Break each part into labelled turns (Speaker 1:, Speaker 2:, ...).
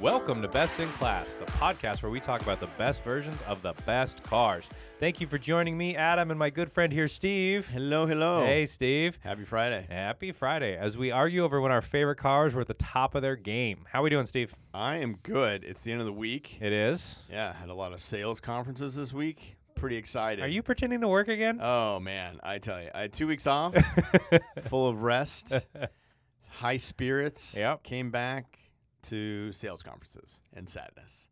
Speaker 1: Welcome to Best in Class, the podcast where we talk about the best versions of the best cars. Thank you for joining me, Adam, and my good friend here, Steve.
Speaker 2: Hello, hello.
Speaker 1: Hey, Steve.
Speaker 2: Happy Friday.
Speaker 1: Happy Friday as we argue over when our favorite cars were at the top of their game. How we doing, Steve?
Speaker 2: I am good. It's the end of the week.
Speaker 1: It is.
Speaker 2: Yeah, had a lot of sales conferences this week. Pretty excited.
Speaker 1: Are you pretending to work again?
Speaker 2: Oh man, I tell you, I had two weeks off, full of rest, high spirits.
Speaker 1: Yep.
Speaker 2: Came back to sales conferences and sadness.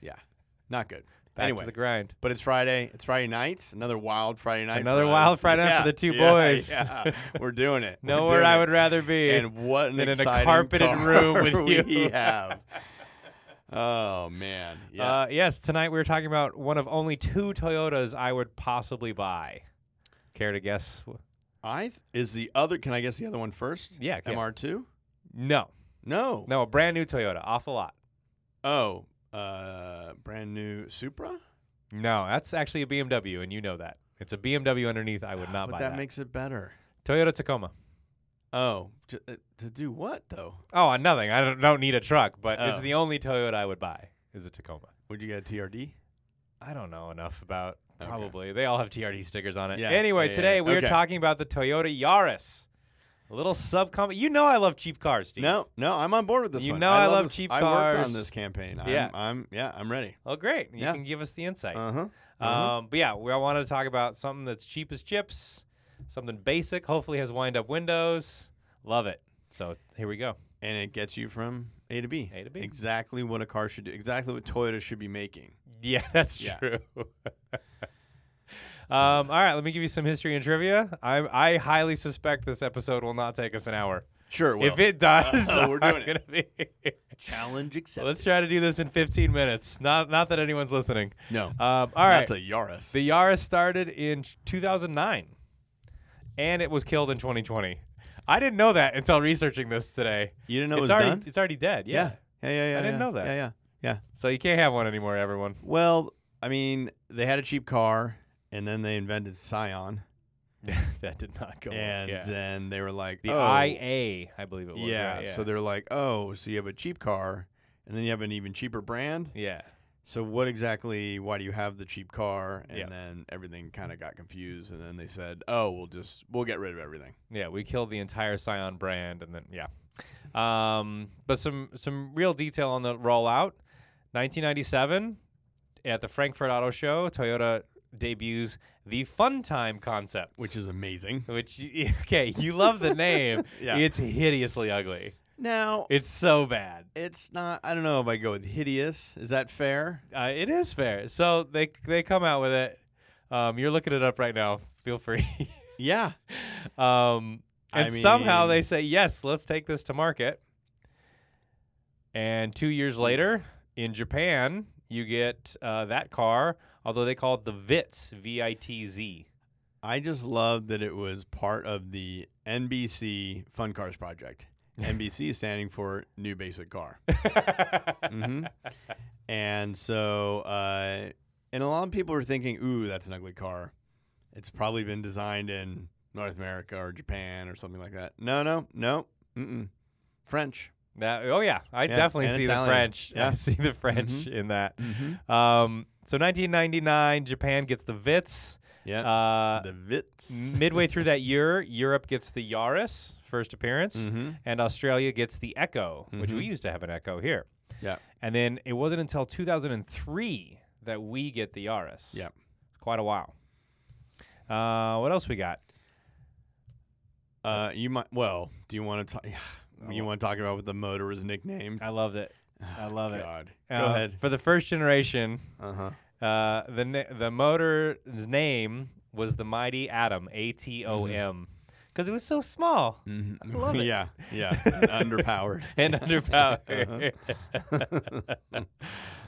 Speaker 2: yeah, not good.
Speaker 1: Back
Speaker 2: anyway,
Speaker 1: to the grind.
Speaker 2: but it's Friday. It's Friday night. Another wild Friday night. for
Speaker 1: Another
Speaker 2: us.
Speaker 1: wild Friday night for
Speaker 2: Yeah,
Speaker 1: the two
Speaker 2: yeah,
Speaker 1: boys.
Speaker 2: Yeah, we're doing it. We're
Speaker 1: Nowhere
Speaker 2: doing
Speaker 1: I
Speaker 2: it.
Speaker 1: would rather be.
Speaker 2: And what an
Speaker 1: than in a
Speaker 2: exciting
Speaker 1: carpeted
Speaker 2: car
Speaker 1: room with you.
Speaker 2: we have. Oh man, yeah.
Speaker 1: uh, yes, tonight we were talking about one of only two Toyotas I would possibly buy. Care to guess?
Speaker 2: I th- is the other. Can I guess the other one first?
Speaker 1: Yeah, yeah.
Speaker 2: Mr. two.
Speaker 1: No.
Speaker 2: No.
Speaker 1: No, a brand new Toyota off the lot.
Speaker 2: Oh, uh, brand new Supra.
Speaker 1: No, that's actually a BMW, and you know that. It's a BMW underneath. I would
Speaker 2: Ah,
Speaker 1: not
Speaker 2: but
Speaker 1: buy
Speaker 2: that.
Speaker 1: that.
Speaker 2: makes it better.
Speaker 1: Toyota Tacoma.
Speaker 2: Oh, to, uh, to do what though?
Speaker 1: Oh, uh, nothing. I don't, don't need a truck, but it's
Speaker 2: Oh.
Speaker 1: the only Toyota I would buy is a Tacoma.
Speaker 2: Would you get a TRD?
Speaker 1: I don't know enough about.
Speaker 2: Okay.
Speaker 1: Probably they all have TRD stickers on it.
Speaker 2: Yeah,
Speaker 1: anyway,
Speaker 2: yeah, yeah,
Speaker 1: today
Speaker 2: yeah.
Speaker 1: we are
Speaker 2: Okay.
Speaker 1: talking about the Toyota Yaris, a little subcom. You know I love cheap cars, Steve.
Speaker 2: No, no. I'm on board with this
Speaker 1: You
Speaker 2: one.
Speaker 1: know I love
Speaker 2: this-
Speaker 1: cheap
Speaker 2: I worked
Speaker 1: cars.
Speaker 2: on this campaign.
Speaker 1: Yeah.
Speaker 2: I'm, I'm yeah. I'm ready.
Speaker 1: Oh, great! You
Speaker 2: Yeah.
Speaker 1: can give us the insight.
Speaker 2: Uh huh.
Speaker 1: Um, but yeah, we all wanted to talk about something that's cheap as chips, something basic. Hopefully, has wind-up windows. Love it. So here we go.
Speaker 2: and it gets you from A to B.
Speaker 1: A to B.
Speaker 2: Exactly what a car should do. Exactly what Toyota should be making.
Speaker 1: Yeah, that's
Speaker 2: Yeah.
Speaker 1: true. um, all right, let me give you some history and trivia. I I highly suspect this episode will not take us an hour.
Speaker 2: Sure. Well,
Speaker 1: if it does,
Speaker 2: Uh, we're
Speaker 1: I'm
Speaker 2: doing
Speaker 1: gonna be.
Speaker 2: challenge accepted.
Speaker 1: Let's try to do this in 15 minutes. Not not that anyone's listening.
Speaker 2: no.
Speaker 1: Um, all right,
Speaker 2: That's a Yaris.
Speaker 1: the Yaris started in 2009, and it was killed in 2020. I didn't know that until researching this today.
Speaker 2: you didn't know
Speaker 1: it's
Speaker 2: it was
Speaker 1: already
Speaker 2: done.
Speaker 1: it's already dead. Yeah.
Speaker 2: Yeah. Yeah. Yeah. yeah,
Speaker 1: I didn't
Speaker 2: yeah.
Speaker 1: know that.
Speaker 2: Yeah. Yeah. Yeah.
Speaker 1: So you can't have one anymore, everyone.
Speaker 2: Well, I mean, they had a cheap car, and then they invented Scion,
Speaker 1: that did not go. well.
Speaker 2: and
Speaker 1: Oh, Yeah.
Speaker 2: then they were like,
Speaker 1: The
Speaker 2: oh,
Speaker 1: IA, I believe it was.
Speaker 2: yeah.
Speaker 1: right?
Speaker 2: So they're like, oh, so you have a cheap car, and then you have an even cheaper brand.
Speaker 1: yeah.
Speaker 2: So what exactly? Why do you have the cheap car? And
Speaker 1: Yeah.
Speaker 2: then everything kind of got confused, and then they said, "Oh, we'll just we'll get rid of everything."
Speaker 1: Yeah, we killed the entire Scion brand, and then yeah. Um, but some some real detail on the rollout. 1997, at the Frankfurt Auto Show, Toyota debuts the Fun Time concept,
Speaker 2: Which is amazing.
Speaker 1: which y- okay, you love the name.
Speaker 2: Yeah.
Speaker 1: It's hideously ugly.
Speaker 2: Now
Speaker 1: It's so bad.
Speaker 2: it's not. I don't know if I go with hideous. Is that fair?
Speaker 1: Uh, it is fair. So they they come out with it. Um, you're looking it up right now. Feel free.
Speaker 2: Yeah.
Speaker 1: Um,
Speaker 2: I
Speaker 1: and somehow
Speaker 2: mean-
Speaker 1: they say, yes, let's take this to market. And two years later, in Japan, you get uh, that car, although they call it the VITZ, V I T Z.
Speaker 2: I just love that it was part of the NBC Fun Cars project. NBC standing for New Basic Car. hmm And so, uh, and a lot of people are thinking, "Ooh, that's an ugly car." It's probably been designed in North America or Japan or something like that. No, no, no. Mm-mm. French.
Speaker 1: That, oh, yeah. I
Speaker 2: Yeah,
Speaker 1: definitely
Speaker 2: and
Speaker 1: see the
Speaker 2: Italian.
Speaker 1: French. I
Speaker 2: Yeah.
Speaker 1: see the French
Speaker 2: Mhm.
Speaker 1: in that.
Speaker 2: Mm-hmm.
Speaker 1: Um, so 1999, Japan gets the VITZ.
Speaker 2: Yeah.
Speaker 1: Uh,
Speaker 2: the Vitz.
Speaker 1: midway through that year, Europe gets the Yaris, first appearance.
Speaker 2: Mm-hmm.
Speaker 1: and Australia gets the Echo, which we
Speaker 2: Mhm.
Speaker 1: used to have an Echo here.
Speaker 2: Yeah.
Speaker 1: And then it wasn't until 2003 that we get the Yaris.
Speaker 2: Yeah.
Speaker 1: Quite a while. Uh, what else we got?
Speaker 2: Uh, you might. Well, do you want to talk? You
Speaker 1: lo-
Speaker 2: want to talk about what the motor was nicknamed?
Speaker 1: Oh. I loved it. I love it.
Speaker 2: God. Go
Speaker 1: Uh,
Speaker 2: ahead.
Speaker 1: For the first generation,
Speaker 2: Uh huh.
Speaker 1: uh, the na- the motor's name was the Mighty Atom, A T O
Speaker 2: Mm-hmm.
Speaker 1: M, because it was so small I love it.
Speaker 2: Yeah. Yeah. and underpowered.
Speaker 1: and underpowered.
Speaker 2: Uh-huh.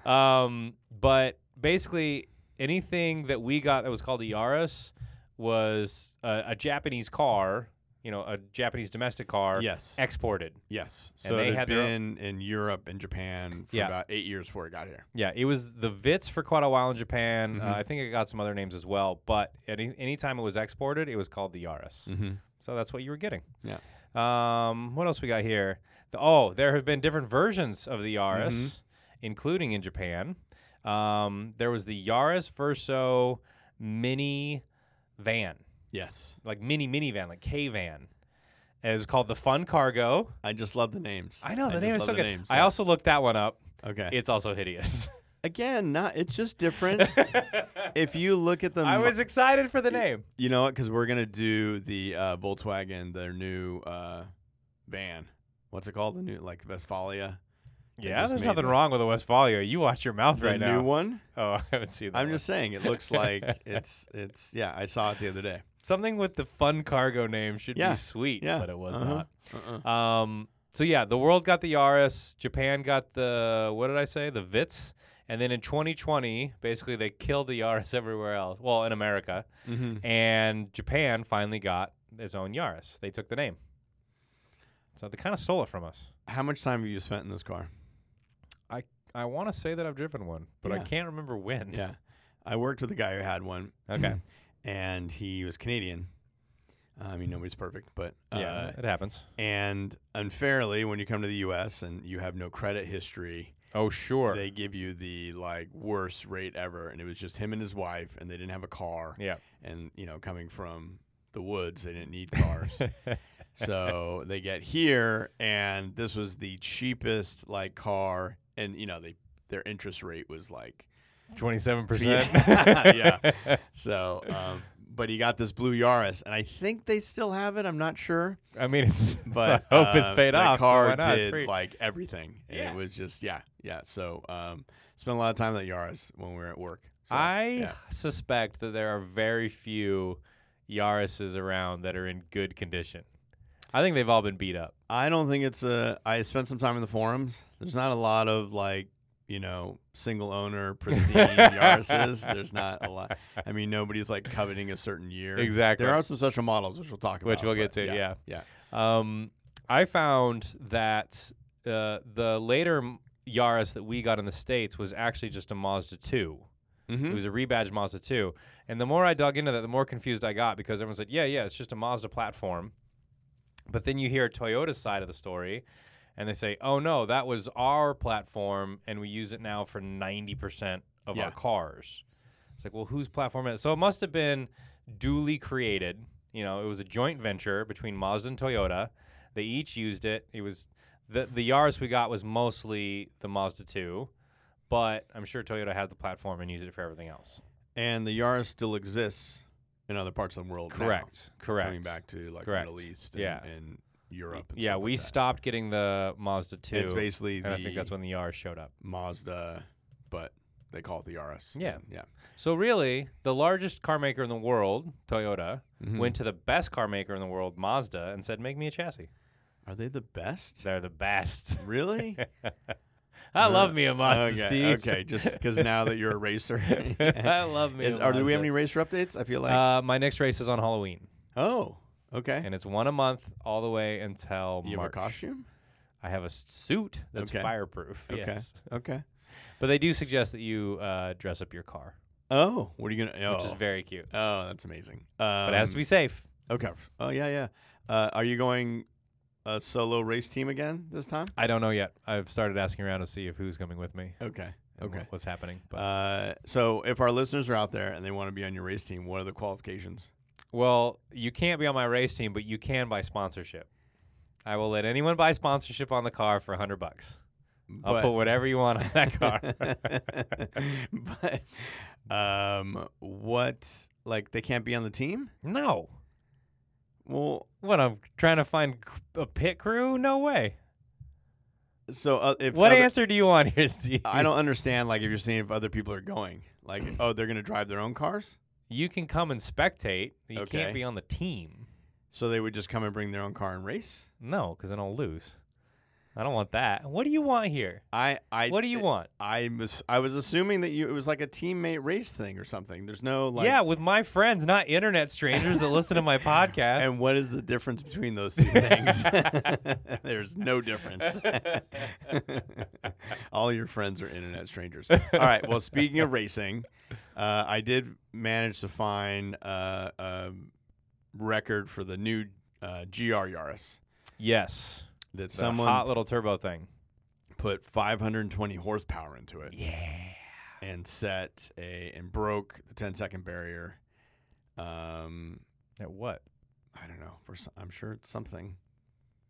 Speaker 1: Um, but basically, anything that we got that was called a Yaris was a, a Japanese car you know, a Japanese domestic car
Speaker 2: Yes.
Speaker 1: exported.
Speaker 2: yes.
Speaker 1: and
Speaker 2: So
Speaker 1: they
Speaker 2: it had
Speaker 1: had their
Speaker 2: been in Europe and Japan for
Speaker 1: Yeah.
Speaker 2: about eight years before it got here.
Speaker 1: Yeah, it was the Vitz for quite a while in Japan.
Speaker 2: Mhm.
Speaker 1: Uh, I think it got some other names as well, but any anytime it was exported, it was called the Yaris.
Speaker 2: Mm-hmm.
Speaker 1: So that's what you were getting.
Speaker 2: Yeah.
Speaker 1: Um, what else we got here? The, oh, there have been different versions of the Yaris,
Speaker 2: Mhm.
Speaker 1: including in Japan. Um, there was the Yaris Verso mini van,
Speaker 2: Yes.
Speaker 1: like mini minivan, like K van. It was called the Fun Cargo.
Speaker 2: I just love the names.
Speaker 1: I know the
Speaker 2: just
Speaker 1: name is
Speaker 2: love
Speaker 1: so
Speaker 2: the
Speaker 1: good.
Speaker 2: names,
Speaker 1: I
Speaker 2: yeah.
Speaker 1: also looked that one up.
Speaker 2: okay.
Speaker 1: It's also hideous.
Speaker 2: Again, not. It's just different. if you look at the,
Speaker 1: I
Speaker 2: mo-
Speaker 1: was excited for the name.
Speaker 2: you know what? Because we're gonna do the uh, Volkswagen, their new uh, van. What's it called? The new like Vestfalia. They
Speaker 1: Yeah,
Speaker 2: just
Speaker 1: there's
Speaker 2: made
Speaker 1: nothing
Speaker 2: the-
Speaker 1: wrong with a Westphalia. You watch your mouth
Speaker 2: The
Speaker 1: right
Speaker 2: new
Speaker 1: now.
Speaker 2: one.
Speaker 1: Oh, I haven't seen that.
Speaker 2: I'm
Speaker 1: one.
Speaker 2: just saying, it looks like it's it's yeah. I saw it the other day.
Speaker 1: something with the fun cargo name should
Speaker 2: Yeah,
Speaker 1: be sweet,
Speaker 2: yeah,
Speaker 1: but it was
Speaker 2: uh-huh. Uh-uh.
Speaker 1: not. Um, so yeah, the world got the Yaris, Japan got the what did I say? The Vitz, and then in 2020, basically they killed the Yaris everywhere else. Well, in America,
Speaker 2: Mm-hmm.
Speaker 1: and Japan finally got its own Yaris. They took the name, so they kind of stole it from us.
Speaker 2: How much time have you spent in this car?
Speaker 1: I want to say that I've driven one, but I
Speaker 2: Yeah.
Speaker 1: can't remember when.
Speaker 2: Yeah, I worked with a guy who had one.
Speaker 1: Okay.
Speaker 2: and he was Canadian. I mean, nobody's perfect, but uh,
Speaker 1: yeah, it happens.
Speaker 2: and unfairly, when you come to the U.S. and you have no credit history,
Speaker 1: Oh sure.
Speaker 2: they give you the like worst rate ever. And it was just him and his wife, and they didn't have a car,
Speaker 1: yeah.
Speaker 2: and you know, coming from the woods, they didn't need cars. so they get here, and this was the cheapest like car, and you know, they their interest rate was like
Speaker 1: Twenty-seven percent.
Speaker 2: Yeah. so. Um, but he got this blue Yaris, and I think they still have it. I'm not sure.
Speaker 1: I mean, it's.
Speaker 2: but
Speaker 1: I hope it's
Speaker 2: uh,
Speaker 1: paid
Speaker 2: the
Speaker 1: off. so
Speaker 2: Car
Speaker 1: why not? It's
Speaker 2: did
Speaker 1: free.
Speaker 2: like everything. And
Speaker 1: Yeah.
Speaker 2: It was just yeah, yeah. So um, spent a lot of time at Yaris when we were at work. So,
Speaker 1: I
Speaker 2: yeah.
Speaker 1: suspect that there are very few Yarises around that are in good condition. I think they've all been beat up.
Speaker 2: I don't think it's a. I spent some time in the forums. There's not a lot of like you know single owner pristine Yarises. There's not a lot. I mean, nobody's like coveting a certain year.
Speaker 1: Exactly.
Speaker 2: There are some special models which we'll talk about.
Speaker 1: Which we'll get
Speaker 2: but
Speaker 1: to, yeah.
Speaker 2: yeah.
Speaker 1: Um, I found that uh, the later m- Yaris that we got in the states was actually just a Mazda two.
Speaker 2: Mhm.
Speaker 1: It was a rebadged Mazda 2. And the more I dug into that, the more confused I got because everyone said, yeah, yeah, it's just a Mazda platform. But then you hear Toyota's side of the story and they say, oh no, that was our platform and we use it now for 90% of
Speaker 2: Yeah.
Speaker 1: our cars. It's like, well, whose platform is it? So it must have been duly created. You know, it was a joint venture between Mazda and Toyota. They each used it. It was the the Yaris we got was mostly the Mazda 2, but I'm sure Toyota had the platform and used it for everything else.
Speaker 2: And the Yaris still exists in other parts of the world. now,
Speaker 1: Correct. Correct.
Speaker 2: Coming back to like
Speaker 1: Correct.
Speaker 2: the Middle East. And,
Speaker 1: Yeah.
Speaker 2: And Europe. And
Speaker 1: yeah,
Speaker 2: stuff
Speaker 1: we
Speaker 2: like that.
Speaker 1: stopped getting the Mazda 2.
Speaker 2: It's basically
Speaker 1: and
Speaker 2: the
Speaker 1: I think that's when the Yaris showed up.
Speaker 2: Mazda, but they call it the RS.
Speaker 1: Yeah.
Speaker 2: yeah.
Speaker 1: So really, the largest car maker in the world, Toyota,
Speaker 2: Mhm.
Speaker 1: went to the best car maker in the world, Mazda, and said, "Make me a chassis."
Speaker 2: Are they the best?
Speaker 1: They're the best.
Speaker 2: Really?
Speaker 1: I
Speaker 2: Uh,
Speaker 1: love me a Mazda,
Speaker 2: okay,
Speaker 1: Steve.
Speaker 2: okay. Just because now that you're a racer,
Speaker 1: I love me.
Speaker 2: Is-
Speaker 1: a
Speaker 2: are do we have
Speaker 1: Mazda.
Speaker 2: any racer updates? I feel like
Speaker 1: uh, my next race is on Halloween,
Speaker 2: oh, okay.
Speaker 1: and it's one a month all the way until
Speaker 2: You have a
Speaker 1: March.
Speaker 2: costume?
Speaker 1: I have a s- suit that's
Speaker 2: Okay.
Speaker 1: fireproof.
Speaker 2: Okay.
Speaker 1: Yes.
Speaker 2: Okay.
Speaker 1: But they do suggest that you uh, dress up your car,
Speaker 2: Oh, what are you gonna? Oh,
Speaker 1: which is very cute.
Speaker 2: oh, that's amazing. Um,
Speaker 1: But it has to be safe.
Speaker 2: okay. Oh yeah, yeah. Uh, are you going a solo race team again this time?
Speaker 1: I don't know yet. I've started asking around to see if who's coming with me.
Speaker 2: Okay.
Speaker 1: and
Speaker 2: Okay.
Speaker 1: what- what's happening? But
Speaker 2: Uh, so if our listeners are out there and they want to be on your race team, what are the qualifications?
Speaker 1: Well, you can't be on my race team, but you can buy sponsorship. I will let anyone buy sponsorship on the car for 100 bucks. I'll
Speaker 2: But-
Speaker 1: put whatever you want on that car.
Speaker 2: but um, what? Like they can't be on the team?
Speaker 1: no.
Speaker 2: Well,
Speaker 1: What I'm trying to find c- a pit crew? No way.
Speaker 2: so uh, if
Speaker 1: What
Speaker 2: other-
Speaker 1: answer do you want here, Steve?
Speaker 2: I don't understand. Like if you're seeing if other people are going, like oh they're gonna drive their own cars,
Speaker 1: You can come and spectate. but You
Speaker 2: Okay.
Speaker 1: can't be on the team.
Speaker 2: so they would just come and bring their own car and race.
Speaker 1: No, because then I'll lose. I don't want that. What do you want here?
Speaker 2: I, I,
Speaker 1: What do you
Speaker 2: it-
Speaker 1: want?
Speaker 2: I was, I was assuming that you it was like a teammate race thing or something. There's no like.
Speaker 1: yeah, with my friends, not internet strangers that listen to my podcast.
Speaker 2: And what is the difference between those two things? There's no difference. All your friends are internet strangers. All right. Well, speaking of racing, uh, I did manage to find uh, a record for the new uh, GR Yaris
Speaker 1: yes.
Speaker 2: that
Speaker 1: The
Speaker 2: someone
Speaker 1: hot little turbo thing.
Speaker 2: put 520 horsepower into it
Speaker 1: Yeah.
Speaker 2: and set a and broke the 10 second barrier. Um,
Speaker 1: At what?
Speaker 2: I don't know. For s- I'm sure it's something.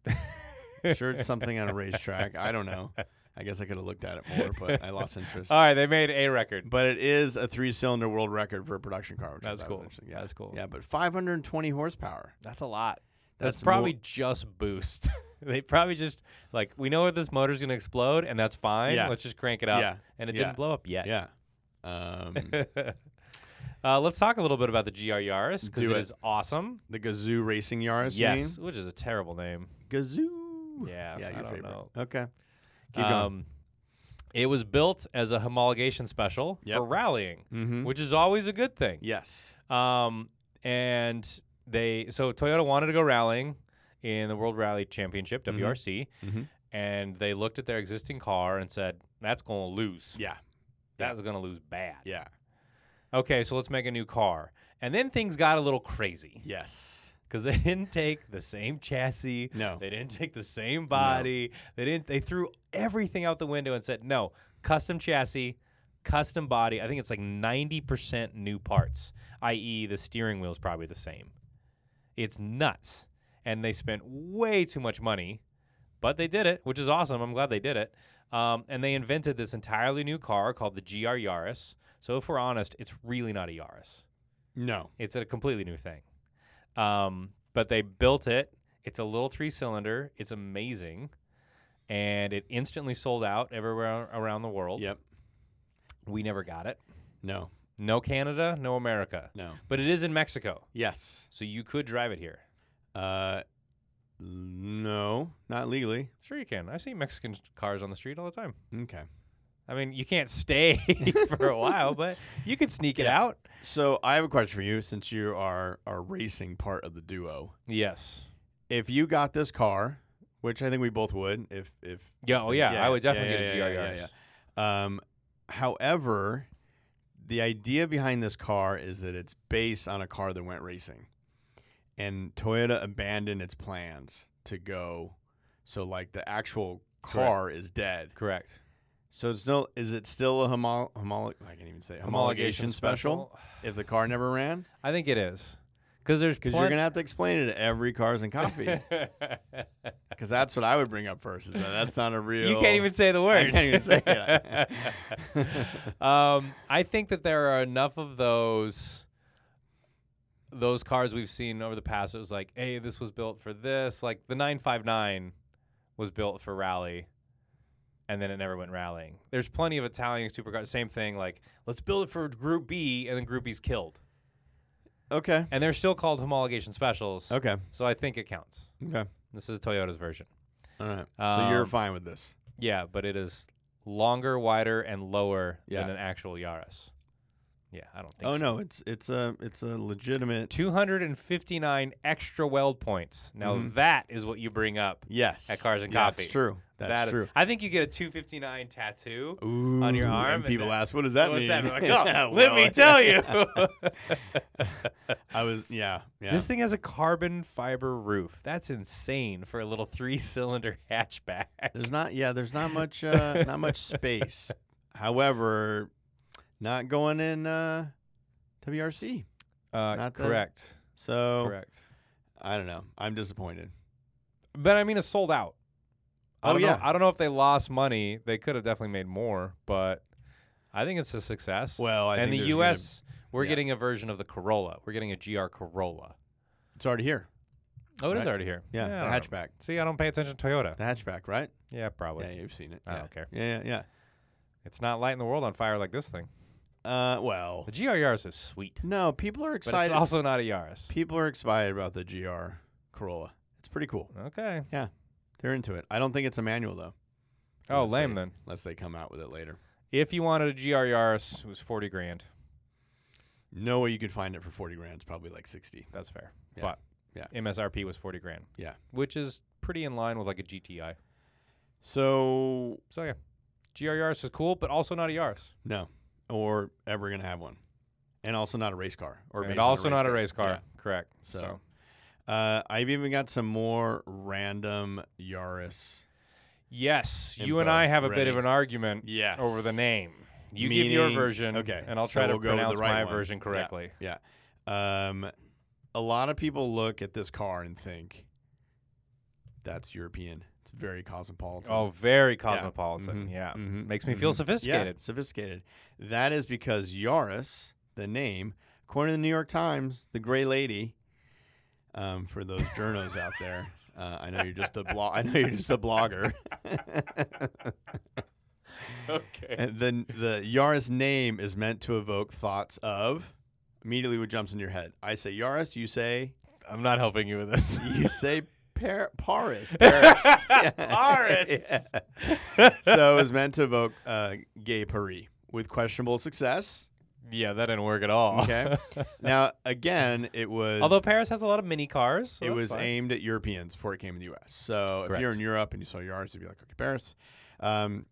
Speaker 2: I'm sure it's something on a racetrack. I don't know. I guess I could have looked at it more, but I lost interest.
Speaker 1: All right, they made a record.
Speaker 2: But it is a three-cylinder world record for a production car. Which I
Speaker 1: That's
Speaker 2: thought was
Speaker 1: cool.
Speaker 2: interesting. Yeah.
Speaker 1: That's cool.
Speaker 2: Yeah, but 520 horsepower.
Speaker 1: That's a lot. That's,
Speaker 2: That's
Speaker 1: probably
Speaker 2: more-
Speaker 1: just boost. they probably just like we know this motor's gonna explode and that's fine.
Speaker 2: Yeah.
Speaker 1: Let's just crank it up.
Speaker 2: Yeah.
Speaker 1: And it
Speaker 2: Yeah.
Speaker 1: didn't blow up yet.
Speaker 2: Yeah. Um,
Speaker 1: uh, let's talk a little bit about the GR Yaris because
Speaker 2: Do
Speaker 1: it
Speaker 2: it.
Speaker 1: is awesome.
Speaker 2: the Gazoo Racing Yaris. you
Speaker 1: Yes, which is a terrible name.
Speaker 2: mean? Gazoo.
Speaker 1: Yeah,
Speaker 2: Yeah,
Speaker 1: I
Speaker 2: your
Speaker 1: don't
Speaker 2: favorite.
Speaker 1: know. Um,
Speaker 2: Okay. Keep going.
Speaker 1: It was built as a homologation special
Speaker 2: Yep.
Speaker 1: for rallying,
Speaker 2: Mm-hmm.
Speaker 1: which is always a good thing.
Speaker 2: Yes.
Speaker 1: Um, and they so Toyota wanted to go rallying in the World Rally Championship
Speaker 2: Mhm.
Speaker 1: WRC,
Speaker 2: Mhm.
Speaker 1: and they looked at their existing car and said, "That's going to lose.
Speaker 2: Yeah.
Speaker 1: That's going to lose bad."
Speaker 2: Yeah.
Speaker 1: Okay, so let's make a new car. And then things got a little crazy
Speaker 2: Yes.
Speaker 1: because they didn't take the same chassis.
Speaker 2: No.
Speaker 1: They didn't take the same body. They didn't. They threw everything out the window and said, "No, custom chassis, custom body." I think it's like ninety percent new parts, i.e., the steering wheel's probably the same. It's nuts, and they spent way too much money, but they did it, which is awesome. I'm glad they did it. Um, and they invented this entirely new car called the GR Yaris. So if we're honest, it's really not a Yaris.
Speaker 2: No.
Speaker 1: It's a completely new thing. Um, but they built it. It's a little three cylinder. It's amazing. And it instantly sold out everywhere around the world.
Speaker 2: Yep.
Speaker 1: We never got it.
Speaker 2: No.
Speaker 1: No Canada, no America.
Speaker 2: No.
Speaker 1: But it is in Mexico.
Speaker 2: Yes.
Speaker 1: So you could drive it here.
Speaker 2: Uh, no, not legally.
Speaker 1: Sure, you can. I see Mexican cars on the street all the time.
Speaker 2: Okay.
Speaker 1: I mean, you can't stay for a while, but you could sneak it
Speaker 2: Yeah.
Speaker 1: out.
Speaker 2: So I have a question for you, since you are are racing part of the duo.
Speaker 1: Yes.
Speaker 2: If you got this car, which I think we both would, if if
Speaker 1: Yeah. Oh, yeah. I would
Speaker 2: yeah,
Speaker 1: definitely
Speaker 2: yeah,
Speaker 1: get a E
Speaker 2: yeah,
Speaker 1: GR
Speaker 2: yeah,
Speaker 1: Yaris.
Speaker 2: yeah, yeah. Um, however, the idea behind this car is that it's based on a car that went racing, and Toyota abandoned its plans to go. So like the actual
Speaker 1: Correct.
Speaker 2: car is dead.
Speaker 1: Correct.
Speaker 2: So it's no. Is it still a homo? homo I can't even say homologation, special. If the car never ran,
Speaker 1: I think it is. Because there's
Speaker 2: because you're
Speaker 1: plen-
Speaker 2: gonna have to explain it to every cars and coffee. Because that's what I would bring up first. Is that that's not a real.
Speaker 1: you can't even say the
Speaker 2: I
Speaker 1: word.
Speaker 2: can't even say it.
Speaker 1: um, I think that there are enough of those those cars we've seen over the past. It was like, hey, this was built for this. Like the 959 was built for rally, and then it never went rallying. There's plenty of Italian supercars. Same thing. Like let's build it for Group B, and then Group B's killed,
Speaker 2: okay.
Speaker 1: and they're still called homologation specials.
Speaker 2: Okay.
Speaker 1: So I think it counts.
Speaker 2: Okay.
Speaker 1: This is Toyota's version.
Speaker 2: All right. so you're
Speaker 1: Um,
Speaker 2: fine with this.
Speaker 1: Yeah, but it is longer, wider, and lower
Speaker 2: Yeah.
Speaker 1: than an actual Yaris. Yeah, I don't think.
Speaker 2: Oh
Speaker 1: so.
Speaker 2: no, it's it's a it's a legitimate.
Speaker 1: 259 extra weld points. Now
Speaker 2: Mm-hmm.
Speaker 1: that is what you bring up.
Speaker 2: Yes.
Speaker 1: At Cars and
Speaker 2: yeah,
Speaker 1: Coffee.
Speaker 2: That's true. That's
Speaker 1: That is-
Speaker 2: true.
Speaker 1: I think you get a 259 tattoo.
Speaker 2: Ooh,
Speaker 1: on your arm
Speaker 2: and
Speaker 1: and
Speaker 2: people
Speaker 1: that-
Speaker 2: ask, "What does that
Speaker 1: What's
Speaker 2: mean?"
Speaker 1: that? Like, oh, let
Speaker 2: Well,
Speaker 1: me tell you.
Speaker 2: I was, yeah, yeah.
Speaker 1: This thing has a carbon fiber roof. That's insane for a little three-cylinder hatchback.
Speaker 2: There's not yeah, there's not much uh, not much space. However, not going in uh, WRC.
Speaker 1: Uh,
Speaker 2: Not Oh. the-
Speaker 1: correct.
Speaker 2: So
Speaker 1: Correct.
Speaker 2: I don't know. I'm disappointed.
Speaker 1: But I mean, it's sold out. I
Speaker 2: Oh,
Speaker 1: don't
Speaker 2: yeah.
Speaker 1: Know, I don't know if they lost money. They could have definitely made more, but I think it's a success.
Speaker 2: Well, I
Speaker 1: and
Speaker 2: think
Speaker 1: the
Speaker 2: there's gonna-
Speaker 1: U.S. we're
Speaker 2: yeah.
Speaker 1: getting a version of the Corolla. We're getting a GR Corolla.
Speaker 2: it's already here.
Speaker 1: Oh, it is
Speaker 2: Right.
Speaker 1: already here.
Speaker 2: Yeah,
Speaker 1: I don't
Speaker 2: the hatchback.
Speaker 1: know. See, I don't pay attention to Toyota.
Speaker 2: The hatchback, right?
Speaker 1: Yeah, probably.
Speaker 2: Yeah, you've seen it.
Speaker 1: Oh, I
Speaker 2: yeah.
Speaker 1: don't care.
Speaker 2: Yeah, yeah,
Speaker 1: It's not lighting the world on fire like this thing.
Speaker 2: yeah. Uh, well,
Speaker 1: The GR Yaris is sweet,
Speaker 2: no, people are
Speaker 1: but
Speaker 2: excited.
Speaker 1: it's also not a Yaris.
Speaker 2: people are excited about the GR Corolla. It's pretty cool.
Speaker 1: Okay.
Speaker 2: Yeah, They're into it. I don't think it's a manual though.
Speaker 1: Oh,
Speaker 2: Unless
Speaker 1: lame
Speaker 2: they-
Speaker 1: then.
Speaker 2: Unless they come out with it later.
Speaker 1: If you wanted a GR Yaris, it was forty grand.
Speaker 2: No way you could find it for forty grand. It's probably like sixty.
Speaker 1: That's fair.
Speaker 2: Yeah.
Speaker 1: But
Speaker 2: Yeah.
Speaker 1: MSRP was forty grand.
Speaker 2: Yeah.
Speaker 1: Which is pretty in line with like a GTI.
Speaker 2: So
Speaker 1: So yeah. GR Yaris is cool, but also not a E Yaris.
Speaker 2: no, or ever gonna have one, and also not a race car, or
Speaker 1: and
Speaker 2: based on
Speaker 1: also not a race car.
Speaker 2: Yeah.
Speaker 1: Correct.
Speaker 2: So-
Speaker 1: So,
Speaker 2: Uh, I've even got some more random Yaris.
Speaker 1: yes, you and
Speaker 2: Info.
Speaker 1: I have a bit
Speaker 2: Ready?
Speaker 1: of an argument
Speaker 2: Yes.
Speaker 1: over the name. You give your
Speaker 2: Meaning-
Speaker 1: version,
Speaker 2: okay,
Speaker 1: and I'll
Speaker 2: so
Speaker 1: try
Speaker 2: we'll
Speaker 1: to
Speaker 2: go with the
Speaker 1: pronounce
Speaker 2: right
Speaker 1: my
Speaker 2: one.
Speaker 1: version correctly.
Speaker 2: Yeah. Um, a lot of people look at this car and think that's European. It's very cosmopolitan.
Speaker 1: Oh, very
Speaker 2: Yeah.
Speaker 1: cosmopolitan.
Speaker 2: Mhm,
Speaker 1: Yeah.
Speaker 2: mhm,
Speaker 1: Makes me feel
Speaker 2: mhm.
Speaker 1: sophisticated.
Speaker 2: Yeah, sophisticated. That is because Yaris, the name, according to the New York Times, the Gray Lady. Um, for those journos out there, uh, I know you're just a blog. I know you're just a blogger.
Speaker 1: Okay.
Speaker 2: Mm-hmm. And then the Yaris name is meant to evoke thoughts of immediately what jumps in your head. I say Yaris, you say
Speaker 1: I'm not helping you with this.
Speaker 2: you say par- Paris. Paris. Yeah.
Speaker 1: Paris.
Speaker 2: Yeah. So it was meant to evoke uh, gay Paris with questionable success.
Speaker 1: yeah, that didn't work at all.
Speaker 2: Okay. now again, it was
Speaker 1: Although Paris has a lot of mini cars. so
Speaker 2: it
Speaker 1: that's
Speaker 2: was
Speaker 1: fine.
Speaker 2: aimed at Europeans before it came to the U.S. So if you're
Speaker 1: Correct.
Speaker 2: in Europe and you saw Yaris, you'd be like, okay, Paris. Um,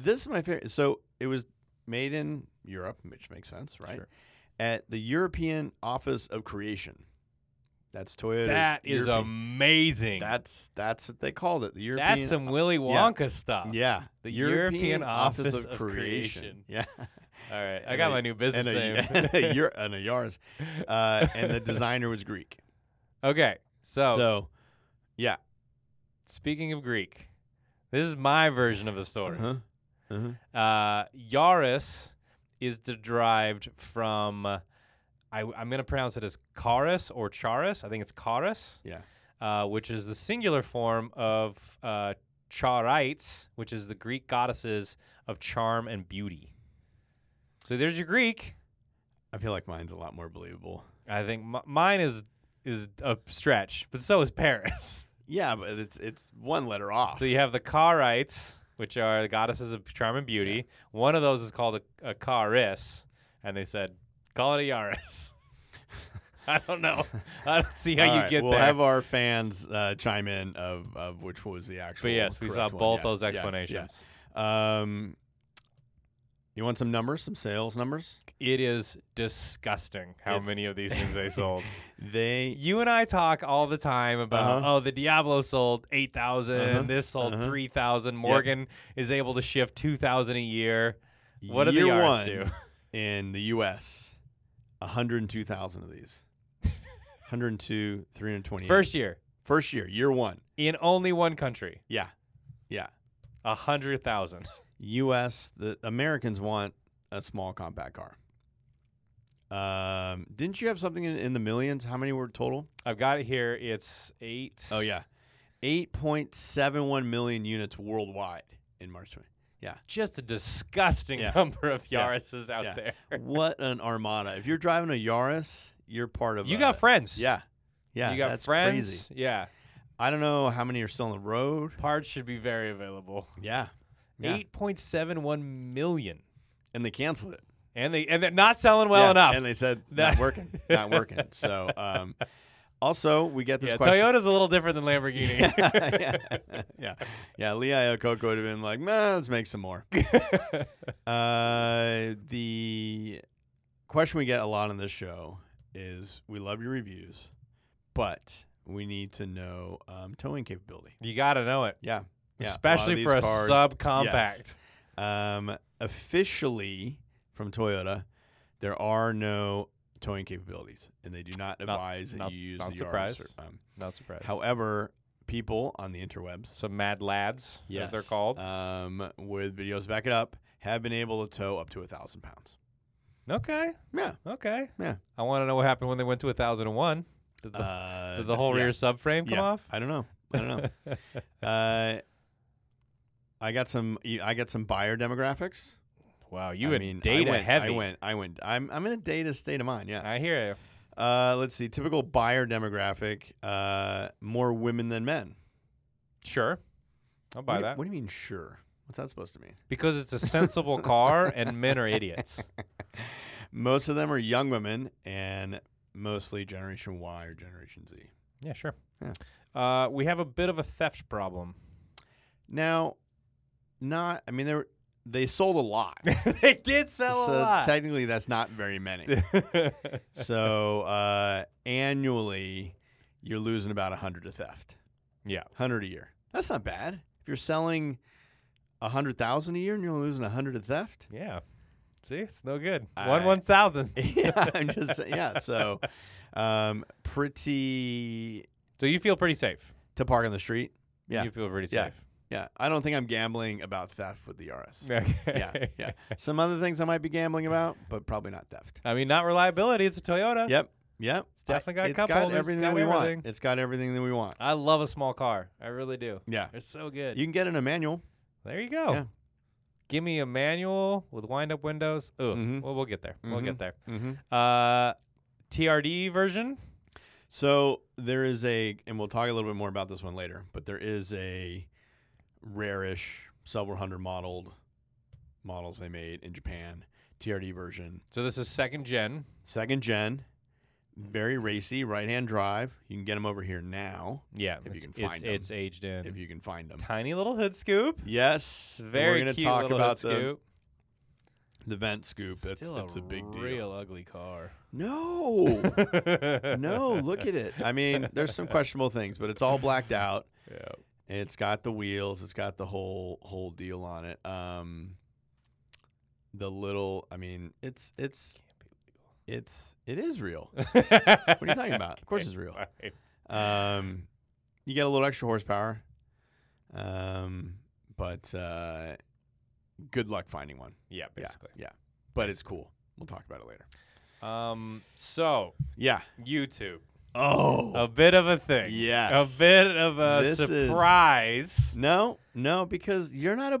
Speaker 2: this is my favorite. So it was made in Europe, which makes sense, right?
Speaker 1: Sure.
Speaker 2: At the European Office of Creation. That's Toyota's.
Speaker 1: That is
Speaker 2: European-
Speaker 1: amazing.
Speaker 2: That's that's what they called it. The European.
Speaker 1: That's some Willy Wonka stuff.
Speaker 2: Yeah,
Speaker 1: The European Office of Creation.
Speaker 2: Yeah,
Speaker 1: All right. I
Speaker 2: And
Speaker 1: got
Speaker 2: a-
Speaker 1: my new business
Speaker 2: and a,
Speaker 1: name.
Speaker 2: and a, Eur- and a Yaris, uh, and the designer was Greek.
Speaker 1: okay. So,
Speaker 2: So, yeah,
Speaker 1: speaking of Greek, this is my version of the story.
Speaker 2: uh-huh. Uh-huh.
Speaker 1: Uh, Yaris is derived from, uh, I, am going to pronounce it as Charis or Charis. I think it's Charis,
Speaker 2: yeah.
Speaker 1: uh, which is the singular form of uh, Charites, which is the Greek goddesses of charm and beauty. So there's your Greek.
Speaker 2: I feel like mine's a lot more believable.
Speaker 1: I think m- mine is is a stretch, but so is Paris.
Speaker 2: Yeah, but it's it's one letter off.
Speaker 1: So you have the Karites, which are the goddesses of charm and beauty. One of those is called a, a Karis, and they said, call it a Yaris. I don't know. I don't see how
Speaker 2: All
Speaker 1: you
Speaker 2: right,
Speaker 1: get
Speaker 2: we'll
Speaker 1: there.
Speaker 2: have our fans uh, chime in of, of which was the actual.
Speaker 1: but yes, we saw
Speaker 2: correct
Speaker 1: both
Speaker 2: one. Yeah,
Speaker 1: those
Speaker 2: yeah, yeah.
Speaker 1: explanations.
Speaker 2: Um, you want some numbers, some sales numbers?
Speaker 1: It is disgusting how
Speaker 2: It's-
Speaker 1: many of these things they sold.
Speaker 2: They
Speaker 1: You and I talk all the time about
Speaker 2: Uh-huh.
Speaker 1: oh the Diablo sold eight
Speaker 2: Uh-huh,
Speaker 1: this sold
Speaker 2: uh-huh.
Speaker 1: three thousand. Morgan is able to shift two thousand a year. What do the
Speaker 2: year
Speaker 1: Yaris
Speaker 2: one
Speaker 1: do?
Speaker 2: in the U.S. 102,000 of these. 102, 328.
Speaker 1: First year
Speaker 2: First year, year one.
Speaker 1: in only one country,
Speaker 2: Yeah, yeah.
Speaker 1: a hundred thousand.
Speaker 2: U.S. The Americans want a small compact car. Um, didn't you have something in, in the millions? How many were total?
Speaker 1: I've got it here. It's eight.
Speaker 2: Oh yeah, 8.71 million units worldwide in March 20.
Speaker 1: just a disgusting
Speaker 2: Yeah.
Speaker 1: number of
Speaker 2: Yeah.
Speaker 1: Yarises out
Speaker 2: Yeah.
Speaker 1: there.
Speaker 2: what an armada! If you're driving a Yaris, you're part of.
Speaker 1: You
Speaker 2: a-
Speaker 1: got friends.
Speaker 2: Yeah, yeah.
Speaker 1: you got
Speaker 2: that's
Speaker 1: friends.
Speaker 2: Crazy.
Speaker 1: Yeah,
Speaker 2: I don't know how many are still on the road.
Speaker 1: parts should be very available.
Speaker 2: Yeah. yeah.
Speaker 1: Eight point seven one million,
Speaker 2: And they canceled it.
Speaker 1: and they and they're not selling well
Speaker 2: Yeah,
Speaker 1: enough.
Speaker 2: And they said,
Speaker 1: That-
Speaker 2: not working, not working. So, um, also, we get this
Speaker 1: yeah,
Speaker 2: question.
Speaker 1: Toyota's a little different than Lamborghini.
Speaker 2: yeah, yeah, yeah. Lee Iacocca would have been like, "Man, let's make some more." uh, the question we get a lot on this show is, "We love your reviews, but we need to know um, towing capability."
Speaker 1: You got to know it,
Speaker 2: Yeah, yeah. lot of
Speaker 1: especially
Speaker 2: these
Speaker 1: for a
Speaker 2: cars-
Speaker 1: subcompact.
Speaker 2: Um, officially from Toyota, there are no towing capabilities, and they do not advise
Speaker 1: not
Speaker 2: that
Speaker 1: s-
Speaker 2: you use
Speaker 1: not
Speaker 2: the
Speaker 1: surprised.
Speaker 2: Yaris. Or, um,
Speaker 1: Not surprised.
Speaker 2: however, people on the interwebs,
Speaker 1: Some mad lads,
Speaker 2: yes,
Speaker 1: as they're called.
Speaker 2: um, with videos to back it up, have been able to tow up to a thousand pounds.
Speaker 1: okay,
Speaker 2: Yeah,
Speaker 1: okay.
Speaker 2: yeah.
Speaker 1: I want to know what happened when they went to a thousand and one. Did the,
Speaker 2: Uh,
Speaker 1: did the whole
Speaker 2: yeah,
Speaker 1: rear subframe come
Speaker 2: yeah.
Speaker 1: off?
Speaker 2: I don't know. I don't know. uh, I got some. I got some buyer demographics.
Speaker 1: Wow, you
Speaker 2: I
Speaker 1: in
Speaker 2: mean,
Speaker 1: data
Speaker 2: I went,
Speaker 1: heavy.
Speaker 2: I went. I went. I'm. I'm in a data state of mind. Yeah.
Speaker 1: I hear you.
Speaker 2: Uh, let's see. Typical buyer demographic: uh, more women than men.
Speaker 1: Sure. I'll buy
Speaker 2: what, do you-
Speaker 1: that.
Speaker 2: What do you mean, sure? What's that supposed to mean?
Speaker 1: because it's a sensible car and men are idiots.
Speaker 2: Most of them are young women and mostly Generation Y or Generation Z.
Speaker 1: Yeah, sure.
Speaker 2: Yeah.
Speaker 1: Uh, we have a bit of a theft problem.
Speaker 2: Now, not, I mean, they were, they sold a lot.
Speaker 1: they did sell
Speaker 2: so technically, that's not very many. so uh, annually, you're losing about 100 to theft.
Speaker 1: yeah.
Speaker 2: 100 a year. That's not bad. If you're selling 100,000 a year and you're only losing 100 to theft,
Speaker 1: Yeah. See, it's no good.
Speaker 2: I-
Speaker 1: One one thousand.
Speaker 2: yeah, I'm just yeah. So, um, pretty
Speaker 1: So you feel pretty safe.
Speaker 2: to park on the street. Yeah.
Speaker 1: You feel pretty
Speaker 2: Yeah.
Speaker 1: safe.
Speaker 2: Yeah, I don't think I'm gambling about theft with the RS. yeah,
Speaker 1: Okay.
Speaker 2: yeah. Some other things I might be gambling about, but probably not theft.
Speaker 1: I mean, not reliability. It's a Toyota.
Speaker 2: Yep, yep.
Speaker 1: It's definitely got
Speaker 2: it's
Speaker 1: cup
Speaker 2: got
Speaker 1: holders, it's
Speaker 2: everything
Speaker 1: got
Speaker 2: that we
Speaker 1: everything.
Speaker 2: want. It's got everything that we want.
Speaker 1: I love a small car. I really do.
Speaker 2: Yeah,
Speaker 1: They're so good.
Speaker 2: you can get in a manual.
Speaker 1: there you go.
Speaker 2: Yeah.
Speaker 1: Give me a manual with wind-up windows. Ugh.
Speaker 2: Mhm.
Speaker 1: Well, we'll get there. We'll get
Speaker 2: Mhm.
Speaker 1: there.
Speaker 2: Mm-hmm.
Speaker 1: Uh, TRD version.
Speaker 2: So there is a, and we'll talk a little bit more about this one later, but there is a rarish several hundred modeled models they made in Japan, TRD version,
Speaker 1: So this is second gen.
Speaker 2: second gen, very racy, right hand drive. You can get them over here now
Speaker 1: Yeah.
Speaker 2: If you
Speaker 1: it's,
Speaker 2: can
Speaker 1: it's-
Speaker 2: find 'em.
Speaker 1: it's aged in.
Speaker 2: if you can find them.
Speaker 1: Tiny little hood scoop.
Speaker 2: Yes, and
Speaker 1: Very
Speaker 2: we're gonna
Speaker 1: cute
Speaker 2: talk
Speaker 1: little
Speaker 2: about
Speaker 1: hood
Speaker 2: the,
Speaker 1: scoop.
Speaker 2: the vent scoop. That's
Speaker 1: Still
Speaker 2: that's a, big deal.
Speaker 1: real ugly car.
Speaker 2: No, no, look at it. I mean, there's some questionable things, but it's all blacked out.
Speaker 1: Yeah.
Speaker 2: It's got the wheels. It's got the whole whole deal on it. Um, the little. I mean, it's it's it's it is real.
Speaker 1: what
Speaker 2: What are you talking about? Of course, it's real. Um, you get a little extra horsepower. Um, but uh, good luck finding one.
Speaker 1: Yeah, basically.
Speaker 2: Yeah, yeah. But it's cool. We'll talk about it later.
Speaker 1: Um. So
Speaker 2: Yeah.
Speaker 1: YouTube,
Speaker 2: Oh.
Speaker 1: a bit of a thing.
Speaker 2: Yes.
Speaker 1: A bit of a
Speaker 2: This is-
Speaker 1: surprise.
Speaker 2: no, no, because you're not a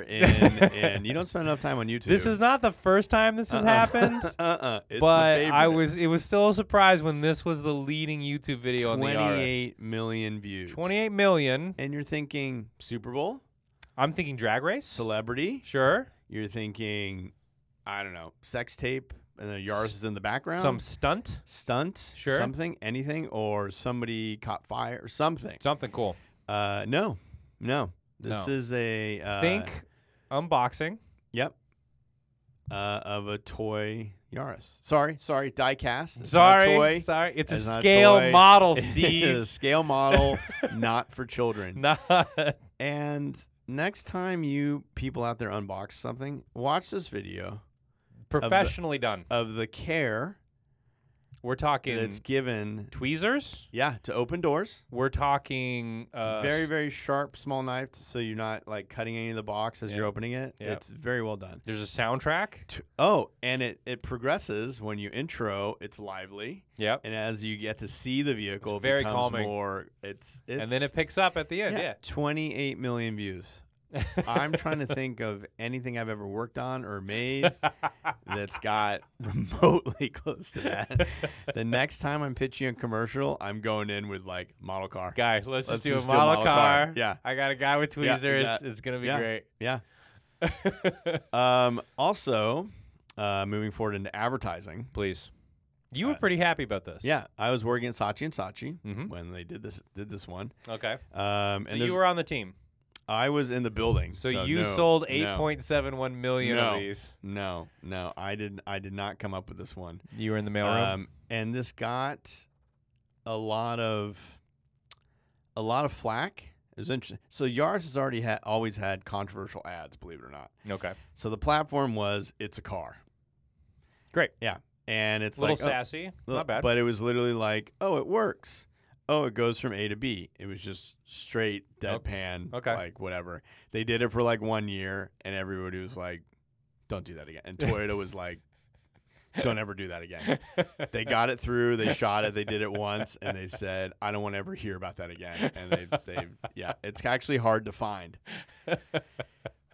Speaker 2: in, in you don't spend enough time on YouTube.
Speaker 1: This is not the first time this has
Speaker 2: Uh-uh.
Speaker 1: happened.
Speaker 2: uh-uh. It's my
Speaker 1: But
Speaker 2: favorite.
Speaker 1: I was it was still a surprise when this was the leading YouTube video on the RS.
Speaker 2: 28 million views.
Speaker 1: 28 million.
Speaker 2: And you're thinking Super Bowl,
Speaker 1: I'm thinking drag race.
Speaker 2: celebrity.
Speaker 1: Sure.
Speaker 2: You're thinking, I don't know, sex tape, and then Yaris is in the background.
Speaker 1: Some stunt.
Speaker 2: stunt,
Speaker 1: Sure.
Speaker 2: something, anything, or somebody caught fire or something.
Speaker 1: Something cool.
Speaker 2: Uh, no, no. This
Speaker 1: No.
Speaker 2: is a uh,
Speaker 1: Think unboxing.
Speaker 2: Yep. Uh, of a toy Yaris. Sorry, sorry, diecast. It's not a
Speaker 1: sorry.
Speaker 2: toy.
Speaker 1: Sorry. It's,
Speaker 2: It's
Speaker 1: a
Speaker 2: not a
Speaker 1: scale
Speaker 2: toy.
Speaker 1: model,
Speaker 2: It is a
Speaker 1: Steve.
Speaker 2: scale model, not for children.
Speaker 1: Not
Speaker 2: And next time you people out there unbox something, watch this video
Speaker 1: professionally done.
Speaker 2: of the care
Speaker 1: We're talking
Speaker 2: that's given.
Speaker 1: tweezers.
Speaker 2: Yeah, to open doors.
Speaker 1: We're talking uh,
Speaker 2: very,
Speaker 1: s-
Speaker 2: very sharp, small knife, so you're not like cutting any of the box as
Speaker 1: Yeah.
Speaker 2: you're opening it.
Speaker 1: Yeah.
Speaker 2: It's very well done.
Speaker 1: There's a soundtrack.
Speaker 2: T- Oh, and it, it progresses when you intro. It's lively,
Speaker 1: Yep.
Speaker 2: and as you get to see the vehicle,
Speaker 1: very
Speaker 2: it becomes
Speaker 1: calming.
Speaker 2: more. It's, it's
Speaker 1: and then it picks up at the end. Yeah.
Speaker 2: 28 million views. I'm trying to think of anything I've ever worked on or made that's got remotely close to that. The next time I'm pitching a commercial, I'm going in with like model car.
Speaker 1: guy, let's,
Speaker 2: Let's
Speaker 1: just do a
Speaker 2: just do a
Speaker 1: model
Speaker 2: model
Speaker 1: car.
Speaker 2: car. Yeah.
Speaker 1: I got a guy with
Speaker 2: Yeah,
Speaker 1: tweezers.
Speaker 2: that-
Speaker 1: it's gonna be
Speaker 2: yeah.
Speaker 1: great.
Speaker 2: Yeah. Um, also, uh, moving forward into advertising.
Speaker 1: Please. You were
Speaker 2: Uh,
Speaker 1: pretty happy about this.
Speaker 2: Yeah, I was working at Saatchi and Saatchi
Speaker 1: Mhm.
Speaker 2: when they did this did this one.
Speaker 1: Okay.
Speaker 2: Um,
Speaker 1: So
Speaker 2: and there's-
Speaker 1: you were on the team.
Speaker 2: I was in the building.
Speaker 1: So,
Speaker 2: So,
Speaker 1: you
Speaker 2: no,
Speaker 1: sold
Speaker 2: no,
Speaker 1: 8.71 million
Speaker 2: No.
Speaker 1: of these.
Speaker 2: No, no, I didn't. I did not come up with this one.
Speaker 1: You were in the mailroom.
Speaker 2: Um, and this got a lot of a lot of flack. It was interesting. So Yaris has already had always had controversial ads, believe it or not.
Speaker 1: okay.
Speaker 2: So the platform was it's a car.
Speaker 1: Great.
Speaker 2: Yeah. And it's
Speaker 1: little
Speaker 2: like, oh,
Speaker 1: sassy.
Speaker 2: Well,
Speaker 1: Not bad.
Speaker 2: But it was literally like, oh, it works. Oh, it goes from A to B. It was just straight
Speaker 1: Okay.
Speaker 2: deadpan,
Speaker 1: Okay.
Speaker 2: like whatever. They did it for like one year, and everybody was like, "Don't do that again." And Toyota was like, "Don't ever do that again." They got it through. They shot it. They did it once, and they said, "I don't want to ever hear about that again." And they, they, yeah, it's actually hard to find.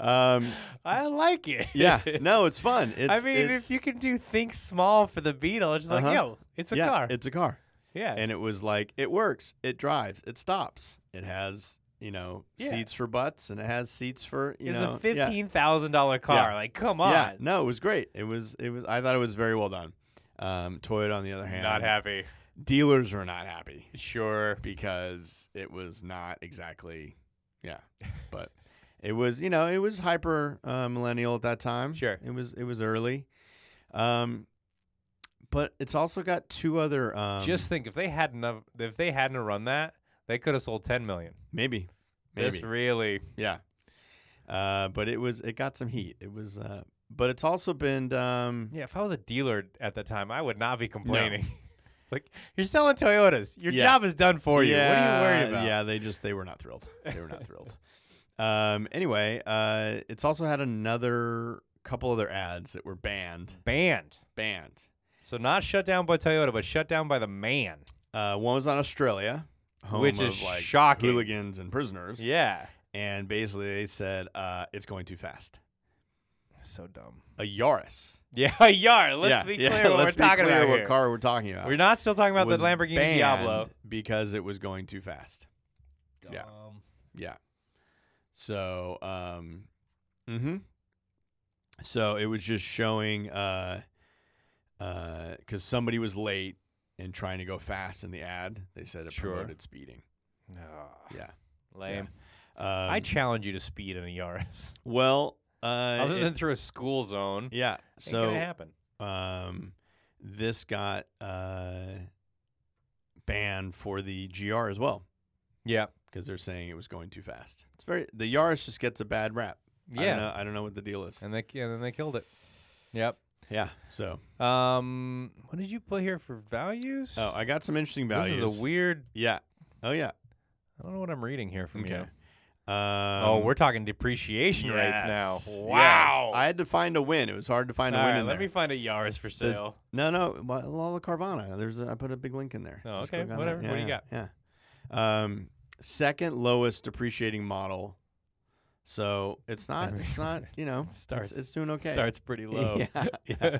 Speaker 2: Um,
Speaker 1: I like it.
Speaker 2: yeah, no, it's fun. It's,
Speaker 1: I mean, if
Speaker 2: it's-
Speaker 1: you can do think small for the Beetle, it's just like,
Speaker 2: Uh-huh.
Speaker 1: yo, it's a
Speaker 2: yeah,
Speaker 1: car.
Speaker 2: it's a car.
Speaker 1: yeah.
Speaker 2: and it was like it works it drives it stops it has you know,
Speaker 1: Yeah.
Speaker 2: seats for butts and it has seats for, you
Speaker 1: It's
Speaker 2: know,
Speaker 1: a
Speaker 2: yeah.
Speaker 1: fifteen thousand dollar car. Like, come on.
Speaker 2: Yeah, no, it was great. It was it was I thought it was very well done. Um, Toyota on the other hand,
Speaker 1: Not happy.
Speaker 2: dealers were not happy
Speaker 1: Sure.
Speaker 2: because it was not exactly yeah, but it was you know it was hyper uh, millennial at that time.
Speaker 1: Sure.
Speaker 2: it was it was early, um, but it's also got two other um,
Speaker 1: Just think if they hadn't have- if they hadn't have run that, they could have sold ten million.
Speaker 2: maybe maybe
Speaker 1: This really
Speaker 2: Yeah. Uh, but it was it got some heat. It was uh, but it's also been um,
Speaker 1: Yeah, if I was a dealer at the time, I would not be complaining. it's like you're selling Toyotas. Your
Speaker 2: Yeah.
Speaker 1: job is done for you. what are you worried about?
Speaker 2: Yeah, they just they were not thrilled. They were not thrilled. Um, anyway, uh, it's also had another couple other ads that were banned.
Speaker 1: Banned.
Speaker 2: Banned.
Speaker 1: So not shut down by Toyota, but shut down by the man.
Speaker 2: Uh, one was on Australia, home
Speaker 1: Which
Speaker 2: of
Speaker 1: is
Speaker 2: like
Speaker 1: shocking.
Speaker 2: hooligans and prisoners.
Speaker 1: Yeah.
Speaker 2: And basically, they said uh, it's going too fast.
Speaker 1: So dumb.
Speaker 2: A Yaris.
Speaker 1: Yeah, yar. Let's
Speaker 2: Yeah,
Speaker 1: be
Speaker 2: yeah,
Speaker 1: clear what
Speaker 2: let's
Speaker 1: we're
Speaker 2: be
Speaker 1: talking
Speaker 2: clear
Speaker 1: about
Speaker 2: What
Speaker 1: here.
Speaker 2: car we're talking about?
Speaker 1: We're not still talking about the
Speaker 2: was
Speaker 1: Lamborghini
Speaker 2: banned
Speaker 1: Diablo.
Speaker 2: because it was going too fast. Yeah.
Speaker 1: Dumb.
Speaker 2: Yeah. So, um, mm-hmm. So it was just showing, uh, uh, because somebody was late and trying to go fast in the ad. They said it
Speaker 1: Sure.
Speaker 2: promoted speeding.
Speaker 1: Ugh,
Speaker 2: Yeah.
Speaker 1: lame.
Speaker 2: Um,
Speaker 1: I challenge you to speed in a Yaris,
Speaker 2: well, uh,
Speaker 1: other
Speaker 2: it-
Speaker 1: than through a school zone.
Speaker 2: yeah.
Speaker 1: ain't gonna
Speaker 2: So,
Speaker 1: happen.
Speaker 2: um, this got uh banned for the GR as well
Speaker 1: Yeah.
Speaker 2: because they're saying it was going too fast. It's very the Yaris just gets a bad rap. I don't
Speaker 1: Yeah.
Speaker 2: know, I don't know what the deal is.
Speaker 1: And they and then they killed it. Yep.
Speaker 2: Yeah. So,
Speaker 1: Um, what did you put here for values?
Speaker 2: oh, I got some interesting values.
Speaker 1: This is a weird.
Speaker 2: Yeah. Oh yeah.
Speaker 1: I don't know what I'm reading here from
Speaker 2: Okay.
Speaker 1: you. oh,
Speaker 2: Um,
Speaker 1: we're talking depreciation
Speaker 2: yes,
Speaker 1: rates
Speaker 2: yes.
Speaker 1: now. Wow.
Speaker 2: I had to find a win. It was hard to find
Speaker 1: All
Speaker 2: a win
Speaker 1: right,
Speaker 2: in
Speaker 1: let
Speaker 2: there.
Speaker 1: me find a Yaris for
Speaker 2: Does-
Speaker 1: sale.
Speaker 2: no, no, well, Lala Carvana. There's a, I put a big link in there.
Speaker 1: Oh,
Speaker 2: Just
Speaker 1: okay,
Speaker 2: click on
Speaker 1: whatever.
Speaker 2: that. Yeah,
Speaker 1: What do you
Speaker 2: yeah, Yeah. Um, second lowest depreciating model. So it's not. It's not. You know.
Speaker 1: starts-
Speaker 2: It's, it's doing okay.
Speaker 1: Starts pretty low.
Speaker 2: Yeah.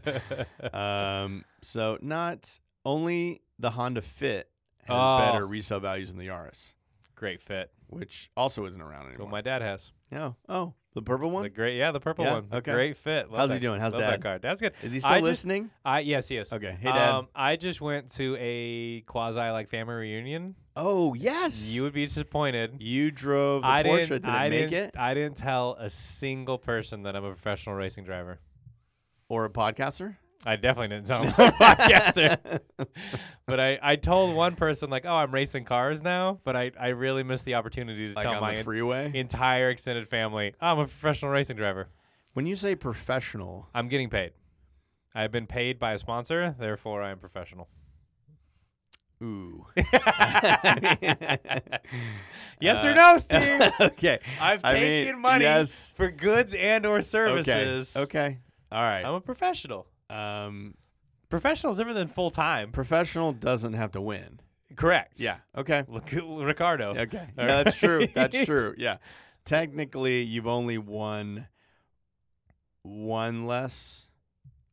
Speaker 2: yeah. Um, so not only the Honda Fit has
Speaker 1: Oh.
Speaker 2: better resale values than the Yaris,
Speaker 1: great fit.
Speaker 2: which also isn't around
Speaker 1: That's what
Speaker 2: anymore.
Speaker 1: my dad has.
Speaker 2: no. Oh, the purple one.
Speaker 1: The great, yeah, the purple
Speaker 2: Yeah,
Speaker 1: one.
Speaker 2: okay.
Speaker 1: Great fit. Love
Speaker 2: How's
Speaker 1: that,
Speaker 2: he doing? How's
Speaker 1: love
Speaker 2: Dad?
Speaker 1: That car. Dad's good.
Speaker 2: Is he
Speaker 1: I
Speaker 2: still
Speaker 1: just-
Speaker 2: listening?
Speaker 1: I yes, yes.
Speaker 2: okay. Hey, Dad.
Speaker 1: Um, I just went to a quasi like family reunion.
Speaker 2: oh yes.
Speaker 1: You would be disappointed.
Speaker 2: you drove the
Speaker 1: I
Speaker 2: Porsche.
Speaker 1: didn't.
Speaker 2: Did it
Speaker 1: I
Speaker 2: make
Speaker 1: didn't.
Speaker 2: it?
Speaker 1: I didn't tell a single person that I'm a professional racing driver.
Speaker 2: Or a podcaster?
Speaker 1: I definitely didn't tell them I'm a podcaster. but I, I told one person like, oh, I'm racing cars now. But I, I really missed the opportunity to
Speaker 2: Like
Speaker 1: tell
Speaker 2: on
Speaker 1: my
Speaker 2: the
Speaker 1: en-
Speaker 2: freeway?
Speaker 1: entire extended family, "Oh, I'm a professional racing driver.
Speaker 2: when you say professional,
Speaker 1: I'm getting paid. I've been paid by a sponsor, therefore I am professional.
Speaker 2: ooh.
Speaker 1: Yes
Speaker 2: Uh,
Speaker 1: or no, Steve?
Speaker 2: okay.
Speaker 1: I've
Speaker 2: I mean,
Speaker 1: taken money
Speaker 2: yes.
Speaker 1: for goods and or
Speaker 2: Okay.
Speaker 1: services.
Speaker 2: Okay. All right.
Speaker 1: I'm a professional.
Speaker 2: Um,
Speaker 1: Professional is different than full time.
Speaker 2: professional doesn't have to win.
Speaker 1: Correct.
Speaker 2: Okay.
Speaker 1: Look at Ricardo.
Speaker 2: Okay.
Speaker 1: All
Speaker 2: Yeah, that's true. That's
Speaker 1: right.
Speaker 2: true. Yeah. Technically, you've only won one less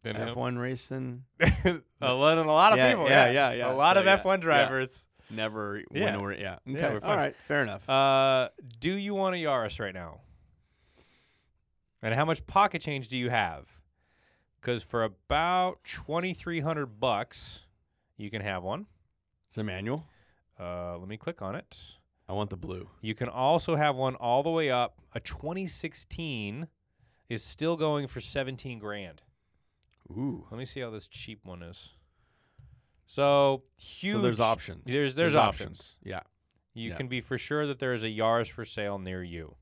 Speaker 1: Than him.
Speaker 2: F1 race than
Speaker 1: Uh, a lot, and a lot of
Speaker 2: Yeah,
Speaker 1: people.
Speaker 2: yeah,
Speaker 1: Yeah,
Speaker 2: yeah, yeah.
Speaker 1: A lot
Speaker 2: So,
Speaker 1: of
Speaker 2: yeah,
Speaker 1: F1
Speaker 2: yeah.
Speaker 1: drivers.
Speaker 2: never
Speaker 1: Yeah.
Speaker 2: win or yeah. Okay.
Speaker 1: Yeah, we're
Speaker 2: All
Speaker 1: fine.
Speaker 2: right. Fair enough.
Speaker 1: Uh, do you want a Yaris right now? And how much pocket change do you have? Because for about twenty three hundred bucks, you can have one.
Speaker 2: It's a manual.
Speaker 1: Uh, let me click on it.
Speaker 2: I want the blue.
Speaker 1: You can also have one all the way up. A 2016 is still going for 17 grand.
Speaker 2: Ooh.
Speaker 1: Let me see how this cheap one is. So huge.
Speaker 2: So there's options.
Speaker 1: There's there's, options.
Speaker 2: Yeah.
Speaker 1: You
Speaker 2: Yeah.
Speaker 1: can be for sure that there is a Yaris for sale near you.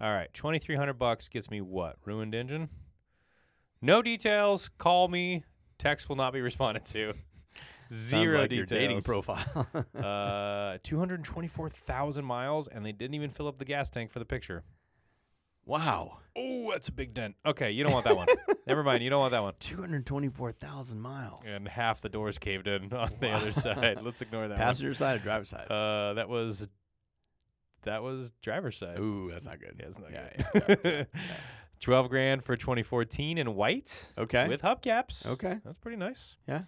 Speaker 1: All right, twenty three hundred bucks gets me what? Ruined engine. No details. Call me. Text will not be responded to.
Speaker 2: Sounds
Speaker 1: Zero
Speaker 2: like
Speaker 1: details.
Speaker 2: Your dating profile.
Speaker 1: uh, two hundred twenty four thousand miles, and they didn't even fill up the gas tank for the picture.
Speaker 2: wow.
Speaker 1: Oh, that's a big dent. Okay, you don't want that one. Never mind. You don't want that one.
Speaker 2: 224,000 miles.
Speaker 1: And half the doors caved in on the other side. Let's ignore that. one.
Speaker 2: Passenger side or driver's side?
Speaker 1: Uh, that was that was driver's side.
Speaker 2: Ooh, that's not good.
Speaker 1: Uh, Yeah, it's not
Speaker 2: Yeah,
Speaker 1: good. Twelve grand for 2014 in white
Speaker 2: Okay.
Speaker 1: with hubcaps.
Speaker 2: okay.
Speaker 1: that's pretty nice.
Speaker 2: Yeah.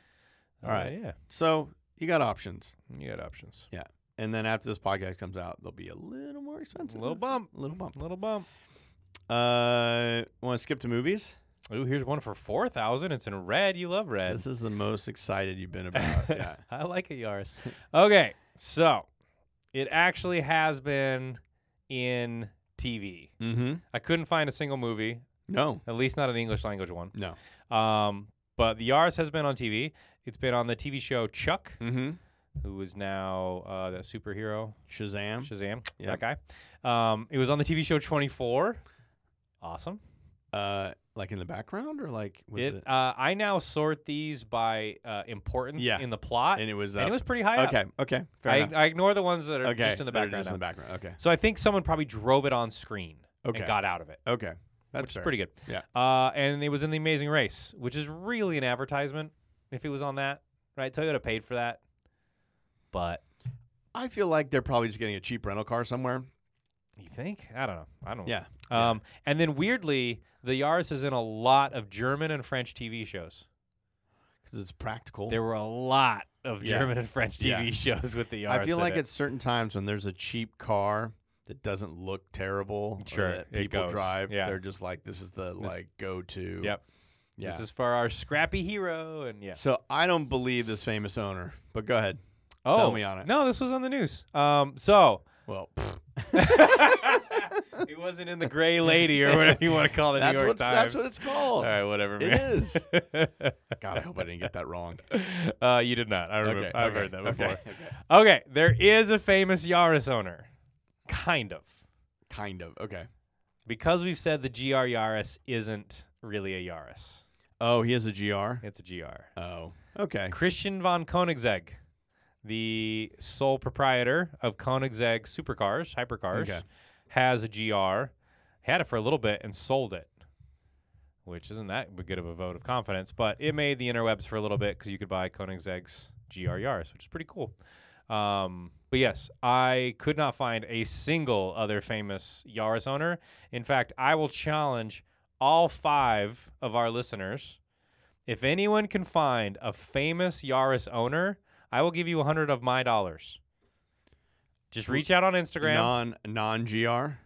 Speaker 1: Uh,
Speaker 2: All right.
Speaker 1: yeah,
Speaker 2: So you got options.
Speaker 1: you got options.
Speaker 2: Yeah. And then after this podcast comes out, they'll be a little more expensive.
Speaker 1: Little bump.
Speaker 2: Little bump.
Speaker 1: Little bump.
Speaker 2: Uh, want to skip to movies?
Speaker 1: Ooh, here's one for four thousand. It's in red. You love red.
Speaker 2: This is the most excited you've been about. yeah.
Speaker 1: I like a Yaris. Okay, so it actually has been in TV.
Speaker 2: Mm-hmm.
Speaker 1: I couldn't find a single movie,
Speaker 2: No.
Speaker 1: at least not an English language one.
Speaker 2: No.
Speaker 1: Um, but the Yaris has been on TV. It's been on the TV show Chuck,
Speaker 2: Mm-hmm.
Speaker 1: who is now uh, that superhero
Speaker 2: Shazam.
Speaker 1: Shazam, that
Speaker 2: Yep.
Speaker 1: guy. Um, it was on the TV show 24. Awesome.
Speaker 2: uh, like in the background or like was it?
Speaker 1: It, Uh, I now sort these by uh, importance
Speaker 2: Yeah.
Speaker 1: in the plot,
Speaker 2: and
Speaker 1: and,
Speaker 2: it was.
Speaker 1: it
Speaker 2: up.
Speaker 1: was pretty high up.
Speaker 2: okay. Okay. Fair
Speaker 1: I,
Speaker 2: enough.
Speaker 1: I ignore the ones that are
Speaker 2: okay.
Speaker 1: just in the
Speaker 2: that are
Speaker 1: background.
Speaker 2: Just in the
Speaker 1: now.
Speaker 2: background. Okay.
Speaker 1: So I think someone probably drove it on screen
Speaker 2: Okay.
Speaker 1: and got out of it,
Speaker 2: Okay. That's
Speaker 1: which
Speaker 2: fair.
Speaker 1: is pretty good.
Speaker 2: Yeah.
Speaker 1: Uh, and it was in The Amazing Race, which is really an advertisement if it was on that, right? Toyota paid for that. But
Speaker 2: I feel like they're probably just getting a cheap rental car somewhere.
Speaker 1: you think? I don't know. I don't
Speaker 2: Yeah.
Speaker 1: know. Um, And then weirdly, the Yaris is in a lot of German and French TV shows.
Speaker 2: Because it's practical.
Speaker 1: There were a lot of
Speaker 2: Yeah.
Speaker 1: German and French
Speaker 2: Yeah.
Speaker 1: TV shows with the Yaris.
Speaker 2: I feel
Speaker 1: in
Speaker 2: like
Speaker 1: it.
Speaker 2: at certain times when there's a cheap car that doesn't look terrible, or
Speaker 1: Sure,
Speaker 2: that
Speaker 1: it
Speaker 2: people
Speaker 1: goes.
Speaker 2: drive,
Speaker 1: Yeah.
Speaker 2: they're just like, this is the like go to.
Speaker 1: Yep.
Speaker 2: Yeah.
Speaker 1: This is for our scrappy hero, and yeah.
Speaker 2: so I don't believe this famous owner, but go ahead.
Speaker 1: Oh
Speaker 2: Sell me on it.
Speaker 1: No, this was on the news. Um, so
Speaker 2: Well, pfft,
Speaker 1: it wasn't in the Gray Lady or whatever you want to call it.
Speaker 2: that's,
Speaker 1: New York
Speaker 2: what's, that's
Speaker 1: Times.
Speaker 2: what it's called.
Speaker 1: All right, whatever.
Speaker 2: It
Speaker 1: man.
Speaker 2: is. God, I hope I didn't get that wrong.
Speaker 1: uh, you did not. I remember.
Speaker 2: Okay,
Speaker 1: I've
Speaker 2: okay,
Speaker 1: heard that before.
Speaker 2: okay, okay.
Speaker 1: Okay, there is a famous Yaris owner, kind of,
Speaker 2: Kind of. Okay.
Speaker 1: because we've said the GR Yaris isn't really a Yaris.
Speaker 2: Oh, he has a GR?
Speaker 1: It's a GR.
Speaker 2: Oh. Okay.
Speaker 1: Christian von Koenigsegg, the sole proprietor of Koenigsegg Supercars, Hypercars,
Speaker 2: Okay.
Speaker 1: has a GR, had it for a little bit and sold it, which isn't that b- good of a vote of confidence, but it made the interwebs for a little bit because you could buy Koenigsegg's GR Yaris, which is pretty cool. Um, but yes, I could not find a single other famous Yaris owner. In fact, I will challenge all five of our listeners. If anyone can find a famous Yaris owner, I will give you a hundred of my dollars. Just reach out on Instagram,
Speaker 2: Non non GR?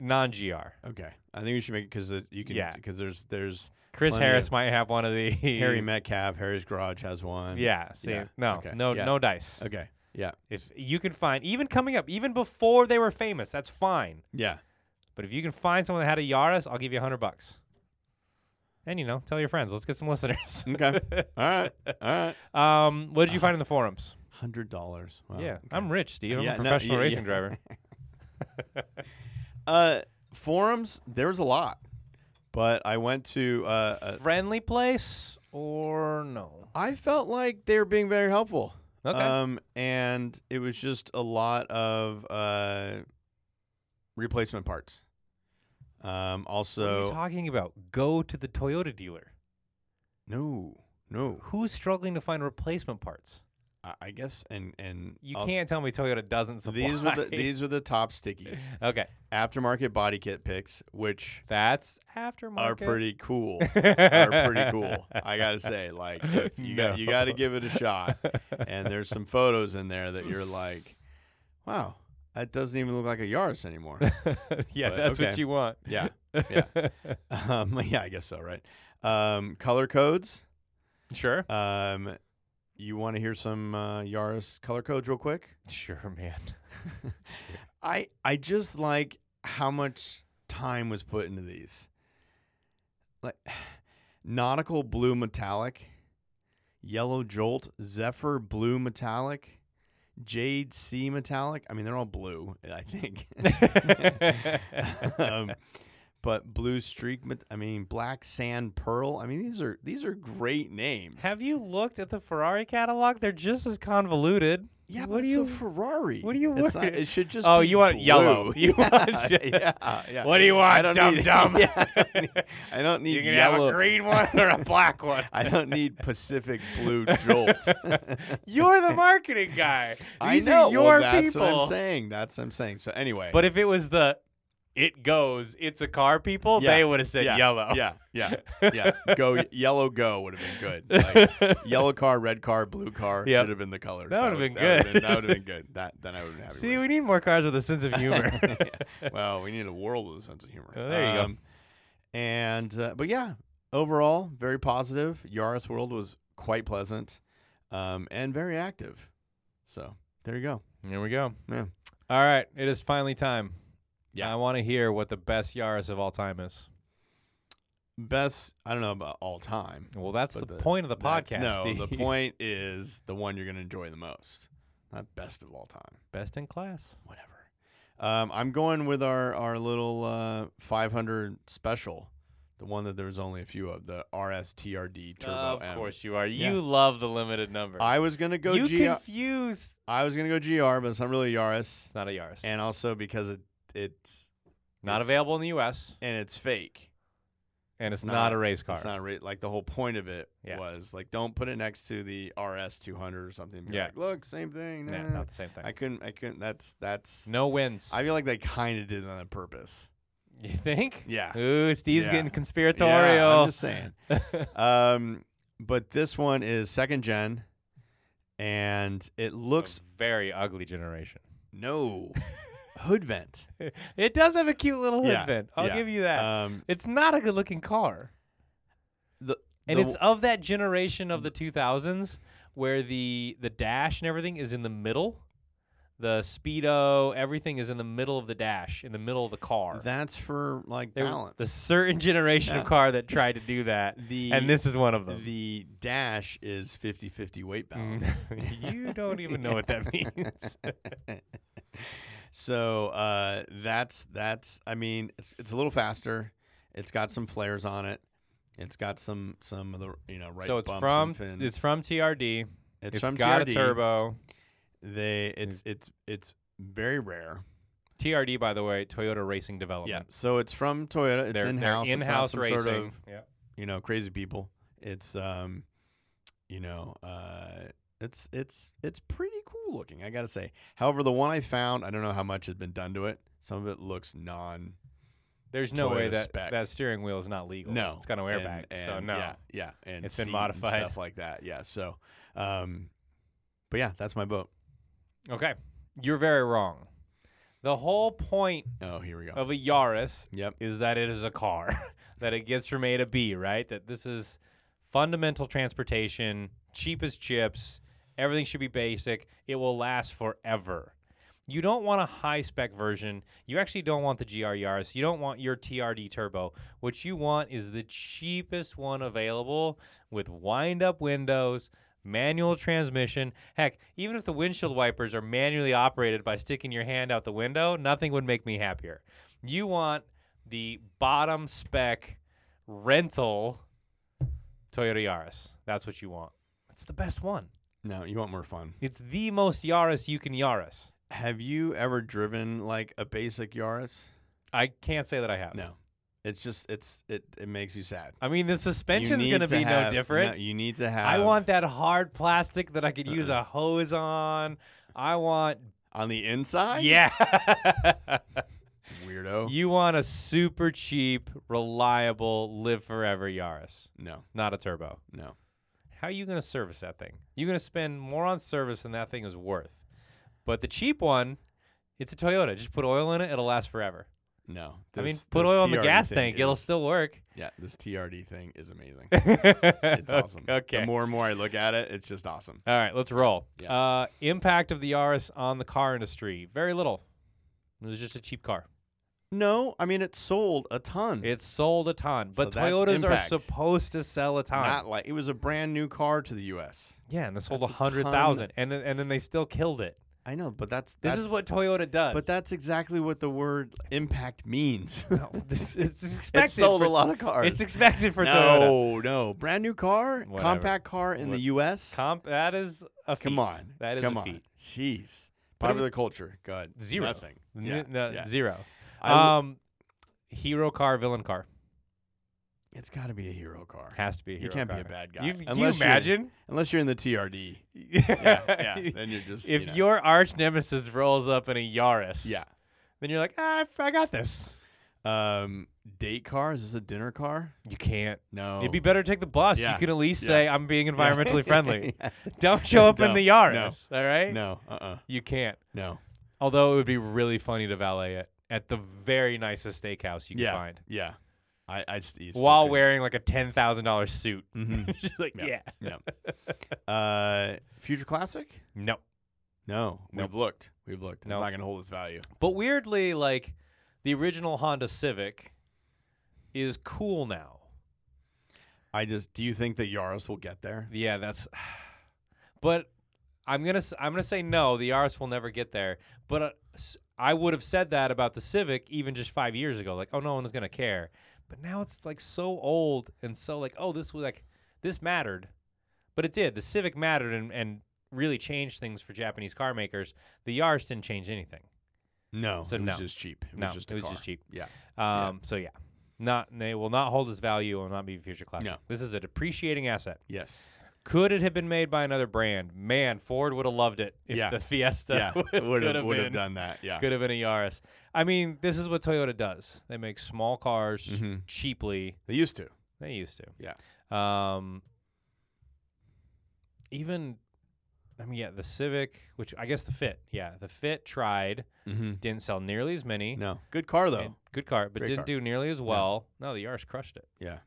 Speaker 1: non gr.
Speaker 2: Okay. I think we should make it because you can.
Speaker 1: Yeah.
Speaker 2: Because there's there's
Speaker 1: Chris
Speaker 2: Plenty
Speaker 1: Harris
Speaker 2: of-
Speaker 1: might have one of the
Speaker 2: Harry Metcalf. Harry's Garage has one.
Speaker 1: Yeah. See,
Speaker 2: Yeah,
Speaker 1: no,
Speaker 2: okay,
Speaker 1: no,
Speaker 2: yeah.
Speaker 1: no dice.
Speaker 2: Okay. Yeah.
Speaker 1: If you can find, even coming up, even before they were famous, that's fine.
Speaker 2: Yeah.
Speaker 1: But if you can find someone that had a Yaris, I'll give you a hundred bucks. And you know, tell your friends. Let's get some listeners.
Speaker 2: Okay. All right. All right.
Speaker 1: um, what did you find in the forums?
Speaker 2: Hundred dollars. Wow.
Speaker 1: yeah,
Speaker 2: Oh, okay.
Speaker 1: I'm rich, Steve. I'm
Speaker 2: Yeah,
Speaker 1: a
Speaker 2: no,
Speaker 1: professional
Speaker 2: yeah,
Speaker 1: racing
Speaker 2: yeah.
Speaker 1: driver.
Speaker 2: Uh, forums. There was a lot, but I went to. Uh, uh,
Speaker 1: Friendly place or no?
Speaker 2: I felt like they were being very helpful.
Speaker 1: Okay.
Speaker 2: Um, and it was just a lot of uh, replacement parts. Um.
Speaker 1: what are you
Speaker 2: Also,
Speaker 1: talking about? Go to the Toyota dealer.
Speaker 2: no, no.
Speaker 1: Who's struggling to find replacement parts?
Speaker 2: I, I guess, and and
Speaker 1: You
Speaker 2: also-
Speaker 1: can't tell me Toyota doesn't supply.
Speaker 2: These were the these were the top stickies.
Speaker 1: okay,
Speaker 2: Aftermarket body kit picks, which
Speaker 1: that's aftermarket.
Speaker 2: are pretty cool. are pretty cool. I gotta say, like if you got you got to
Speaker 1: No.
Speaker 2: give it a shot. And there's some photos in there that you're like, wow, that doesn't even look like a Yaris anymore.
Speaker 1: yeah,
Speaker 2: but
Speaker 1: that's what
Speaker 2: okay.
Speaker 1: you want.
Speaker 2: yeah, yeah, um, yeah. I guess so, right? Um, color codes.
Speaker 1: Sure.
Speaker 2: Um, you want to hear some uh, Yaris color codes real quick?
Speaker 1: Sure, man.
Speaker 2: I I just like how much time was put into these. Like nautical blue metallic, yellow jolt, zephyr blue metallic, jade sea metallic. I mean, they're all blue, I think. um, but blue streak. Met- I mean, black sand pearl. I mean, these are these are great names.
Speaker 1: Have you looked at the Ferrari catalog? They're just as convoluted.
Speaker 2: yeah,
Speaker 1: what
Speaker 2: but
Speaker 1: do
Speaker 2: it's
Speaker 1: you?
Speaker 2: a Ferrari.
Speaker 1: what do you
Speaker 2: It's not-
Speaker 1: worry-
Speaker 2: it should just.
Speaker 1: Oh,
Speaker 2: be
Speaker 1: you want
Speaker 2: blue.
Speaker 1: yellow. You want just-
Speaker 2: yeah, yeah.
Speaker 1: What do you
Speaker 2: I
Speaker 1: want,
Speaker 2: don't
Speaker 1: dumb
Speaker 2: need,
Speaker 1: dumb?
Speaker 2: Yeah, I don't need, I don't
Speaker 1: you
Speaker 2: need
Speaker 1: can
Speaker 2: yellow.
Speaker 1: have a green one or a black one.
Speaker 2: I don't need Pacific Blue Jolt.
Speaker 1: You're the marketing guy.
Speaker 2: I
Speaker 1: These
Speaker 2: know.
Speaker 1: are your
Speaker 2: well, that's
Speaker 1: people.
Speaker 2: what I'm saying. That's what I'm saying. So anyway,
Speaker 1: But if it was the it goes, it's a car, people,
Speaker 2: Yeah,
Speaker 1: they would have said
Speaker 2: yeah,
Speaker 1: yellow.
Speaker 2: Yeah, yeah, yeah. Go yellow. Go would have been good. Like, yellow car, red car, blue car
Speaker 1: Yep.
Speaker 2: should have been the colors.
Speaker 1: That would've been
Speaker 2: that
Speaker 1: good.
Speaker 2: would've That would have been good. That then I would have been happy.
Speaker 1: See, we
Speaker 2: with
Speaker 1: need more cars with a sense of humor.
Speaker 2: it. well, we need a world with a sense of humor.
Speaker 1: Oh, there you go.
Speaker 2: go. And uh, but yeah, overall very positive. Yaris World was quite pleasant, um, and very active. So there you go.
Speaker 1: Here we go.
Speaker 2: Yeah.
Speaker 1: All right, it is finally time.
Speaker 2: Yeah.
Speaker 1: I want to hear what the best Yaris of all time is.
Speaker 2: Best I don't know about all time.
Speaker 1: Well, that's the,
Speaker 2: But the-
Speaker 1: point of the
Speaker 2: That's-
Speaker 1: podcast.
Speaker 2: No, the
Speaker 1: Steve.
Speaker 2: point is the one you're going to enjoy the most, not best of all time.
Speaker 1: Best in class.
Speaker 2: Whatever. Um, I'm going with our our little uh, 500 special, the one that there was only a few of, the RSTRD Turbo
Speaker 1: of
Speaker 2: M.
Speaker 1: course you are.
Speaker 2: Yeah.
Speaker 1: You love the limited number.
Speaker 2: I was gonna go
Speaker 1: you
Speaker 2: GR.
Speaker 1: confuse.
Speaker 2: I was gonna go GR, but it's not really a Yaris,
Speaker 1: It's not a Yaris.
Speaker 2: and also because it it's
Speaker 1: not
Speaker 2: it's-
Speaker 1: available in the U.S.
Speaker 2: and it's fake.
Speaker 1: and it's
Speaker 2: it's
Speaker 1: not,
Speaker 2: not-
Speaker 1: a race car.
Speaker 2: It's not re- like the whole point of it
Speaker 1: Yeah.
Speaker 2: was like don't put it next to the RS 200 or something. Be
Speaker 1: Yeah.
Speaker 2: Like, Look, same thing.
Speaker 1: yeah,
Speaker 2: nah."
Speaker 1: not the same thing.
Speaker 2: I couldn't. I couldn't. That's that's.
Speaker 1: no wins.
Speaker 2: I feel like they kind of did it on purpose.
Speaker 1: you think?
Speaker 2: Yeah.
Speaker 1: Ooh, Steve's
Speaker 2: Yeah.
Speaker 1: getting
Speaker 2: Yeah, I'm
Speaker 1: conspiratorial.
Speaker 2: just saying. um, but this one is second gen, and
Speaker 1: Oh.
Speaker 2: it looks
Speaker 1: A very ugly generation.
Speaker 2: no hood vent.
Speaker 1: It does have a cute little hood
Speaker 2: Yeah,
Speaker 1: vent. I'll
Speaker 2: yeah.
Speaker 1: give you that.
Speaker 2: Um,
Speaker 1: it's not a good looking car.
Speaker 2: the
Speaker 1: And
Speaker 2: the-
Speaker 1: it's of that generation of the 2000s where the the dash and everything is in the middle. The speedo, everything is in the middle of the dash, in the middle of the car.
Speaker 2: that's for like
Speaker 1: There was
Speaker 2: balance.
Speaker 1: The certain generation
Speaker 2: Yeah.
Speaker 1: of car that tried to do that.
Speaker 2: The-
Speaker 1: and this is one Mm. of them.
Speaker 2: the dash is 50-50 weight balance.
Speaker 1: you don't even know what that means.
Speaker 2: So uh, that's that's. I mean, it's, it's a little faster. It's got some flares on it. It's got some some of the you know right.
Speaker 1: so it's
Speaker 2: bumps and
Speaker 1: from
Speaker 2: fins.
Speaker 1: it's from TRD.
Speaker 2: it's
Speaker 1: It's
Speaker 2: from
Speaker 1: got
Speaker 2: TRD.
Speaker 1: a turbo. Mm.
Speaker 2: They it's it's it's very rare.
Speaker 1: TRD, by the way, Toyota Racing
Speaker 2: Yeah.
Speaker 1: Development.
Speaker 2: So it's from Toyota. It's
Speaker 1: they're,
Speaker 2: in house.
Speaker 1: They're in-house
Speaker 2: it's not some
Speaker 1: racing.
Speaker 2: Sort of,
Speaker 1: Yep.
Speaker 2: you know, crazy people. It's um, you know, uh, it's it's it's pretty cool looking. I gotta say. However, the one I found, I don't know how much had been done to it. Some of it looks non.
Speaker 1: There's no way
Speaker 2: Toyota
Speaker 1: that
Speaker 2: spec.
Speaker 1: that steering wheel is not legal.
Speaker 2: No,
Speaker 1: it's got no
Speaker 2: and-
Speaker 1: airbag. so
Speaker 2: and
Speaker 1: no.
Speaker 2: yeah, yeah, and
Speaker 1: It's been
Speaker 2: seat and
Speaker 1: modified.
Speaker 2: stuff like that. Yeah, so, um, but yeah, that's my boat.
Speaker 1: Okay, you're very wrong. The whole point
Speaker 2: Oh, here we go.
Speaker 1: of a Yaris
Speaker 2: Yep,
Speaker 1: is that it is a car, that it gets from A to B, right? That this is fundamental transportation, cheap as chips, everything should be basic, it will last forever. You don't want a high spec version. You actually don't want the GR Yaris. You don't want your TRD Turbo. What you want is the cheapest one available with wind up windows, manual transmission. Heck, even if the windshield wipers are manually operated by sticking your hand out the window, nothing would make me happier. You want the bottom spec rental Toyota Yaris. That's what you want. It's the best one.
Speaker 2: no, you want more fun.
Speaker 1: It's the most Yaris you can Yaris.
Speaker 2: Have you ever driven like a basic Yaris?
Speaker 1: I can't say that I have.
Speaker 2: No, it's just it's it it makes you sad.
Speaker 1: I mean, the
Speaker 2: You
Speaker 1: suspension's
Speaker 2: need
Speaker 1: going to be
Speaker 2: have-
Speaker 1: no different.
Speaker 2: you need to have.
Speaker 1: I want that hard plastic that I could use a hose on. I want
Speaker 2: on the inside.
Speaker 1: yeah.
Speaker 2: weirdo.
Speaker 1: you want a super cheap, reliable, live forever Yaris,
Speaker 2: no,
Speaker 1: not a turbo.
Speaker 2: no.
Speaker 1: How are you going to service that thing? You're going to spend more on service than that thing is worth. But the cheap one, it's a Toyota. Just put oil in it, it'll last forever.
Speaker 2: No,
Speaker 1: I mean,
Speaker 2: This-
Speaker 1: put
Speaker 2: this
Speaker 1: oil in the
Speaker 2: TRD
Speaker 1: gas
Speaker 2: thing
Speaker 1: tank,
Speaker 2: is-
Speaker 1: it'll still work.
Speaker 2: yeah. This TRD thing is amazing.
Speaker 1: it's
Speaker 2: It's awesome.
Speaker 1: Okay.
Speaker 2: The more and more I look at it, it's just awesome.
Speaker 1: All right, let's roll.
Speaker 2: Yeah.
Speaker 1: Uh, impact of the Yaris on the car industry. Very little. It was just a cheap car.
Speaker 2: No, I mean it sold a ton.
Speaker 1: It sold a ton,
Speaker 2: Mm. So
Speaker 1: but
Speaker 2: that's
Speaker 1: Toyotas are
Speaker 2: impact.
Speaker 1: supposed to sell a ton.
Speaker 2: not like it was a brand new car to the U.S.
Speaker 1: yeah, and this sold a
Speaker 2: That's a
Speaker 1: hundred
Speaker 2: ton.
Speaker 1: thousand, and then- and then they still killed it.
Speaker 2: I know, but that's,
Speaker 1: This
Speaker 2: that's
Speaker 1: is what Toyota does.
Speaker 2: But that's exactly what the word impact means.
Speaker 1: no, this it's expected.
Speaker 2: it sold
Speaker 1: for-
Speaker 2: a lot of cars.
Speaker 1: It's expected for Toyota.
Speaker 2: no, no, brand new car,
Speaker 1: Whatever.
Speaker 2: compact car in
Speaker 1: What-
Speaker 2: the U.S.
Speaker 1: Comp. That is a feat.
Speaker 2: Come on,
Speaker 1: That is
Speaker 2: come
Speaker 1: a
Speaker 2: on.
Speaker 1: feat.
Speaker 2: Jeez,
Speaker 1: But
Speaker 2: popular culture. God,
Speaker 1: Zero.
Speaker 2: Nothing.
Speaker 1: N-
Speaker 2: Yeah,
Speaker 1: no,
Speaker 2: yeah.
Speaker 1: Zero.
Speaker 2: I w-
Speaker 1: um, hero car, villain car.
Speaker 2: it's got to be a hero car.
Speaker 1: Has to be a
Speaker 2: You
Speaker 1: hero
Speaker 2: can't
Speaker 1: car.
Speaker 2: be a bad guy
Speaker 1: You, can you
Speaker 2: unless you're-
Speaker 1: imagine?
Speaker 2: Unless you're in the TRD. Yeah,
Speaker 1: yeah,
Speaker 2: yeah. Then you're just
Speaker 1: If
Speaker 2: you know.
Speaker 1: your arch nemesis rolls up in a Yaris,
Speaker 2: yeah.
Speaker 1: then you're like, ah, I f- I got this.
Speaker 2: Um, date car? Is this a dinner car?
Speaker 1: You can't.
Speaker 2: No.
Speaker 1: It'd be better to take the bus.
Speaker 2: Oh. Yeah.
Speaker 1: You can at least
Speaker 2: Yeah.
Speaker 1: say I'm being environmentally friendly.
Speaker 2: Yes.
Speaker 1: Don't show up in
Speaker 2: No.
Speaker 1: the
Speaker 2: No.
Speaker 1: yard. All right.
Speaker 2: No. Uh. uh
Speaker 1: You can't.
Speaker 2: No.
Speaker 1: Although it would be really funny to valet it at the very nicest steakhouse you can
Speaker 2: yeah.
Speaker 1: find
Speaker 2: Yeah. I. I'd st-
Speaker 1: while wearing like a ten thousand dollar suit.
Speaker 2: hmm
Speaker 1: She's like, yeah.
Speaker 2: Yeah. uh, future classic?
Speaker 1: No.
Speaker 2: No.
Speaker 1: Nope.
Speaker 2: We've looked. We've looked.
Speaker 1: No.
Speaker 2: It's not gonna hold its value.
Speaker 1: But weirdly, like the original Honda Civic is cool now.
Speaker 2: I just. Do you think the Yaris will get there?
Speaker 1: Yeah, that's. But I'm gonna s- I'm gonna say no. The RS will never get there. But uh, s- I would have said that about the Civic even just five years ago. Like, oh, no one is gonna care. But now it's like so old and so like, oh, this was like this mattered, but it did. The Civic mattered and and really changed things for Japanese car makers. The Yaris didn't change anything.
Speaker 2: No.
Speaker 1: So
Speaker 2: it was
Speaker 1: no.
Speaker 2: just cheap. It
Speaker 1: no,
Speaker 2: was just. A
Speaker 1: it was
Speaker 2: car.
Speaker 1: just cheap.
Speaker 2: Yeah.
Speaker 1: Um, So yeah, not they will not hold its value. Will not be a future classic.
Speaker 2: No.
Speaker 1: This is a depreciating asset.
Speaker 2: Yes.
Speaker 1: Could it have been made by another brand? Man, Ford would have loved it if
Speaker 2: Yeah.
Speaker 1: the Fiesta
Speaker 2: yeah.
Speaker 1: would have
Speaker 2: would
Speaker 1: been
Speaker 2: have done that. Yeah.
Speaker 1: could have been a Yaris. I mean, this is what Toyota does. They make small cars
Speaker 2: Mhm.
Speaker 1: cheaply.
Speaker 2: They used to.
Speaker 1: They used to.
Speaker 2: Yeah.
Speaker 1: Um. Even, I mean, yeah, the Civic, which I guess the Fit, yeah, the Fit tried,
Speaker 2: Mm-hmm.
Speaker 1: didn't sell nearly as many.
Speaker 2: No. Good car though.
Speaker 1: And Good car, but
Speaker 2: Great
Speaker 1: didn't
Speaker 2: car.
Speaker 1: do nearly as well. No, the Yaris crushed it.
Speaker 2: Yeah.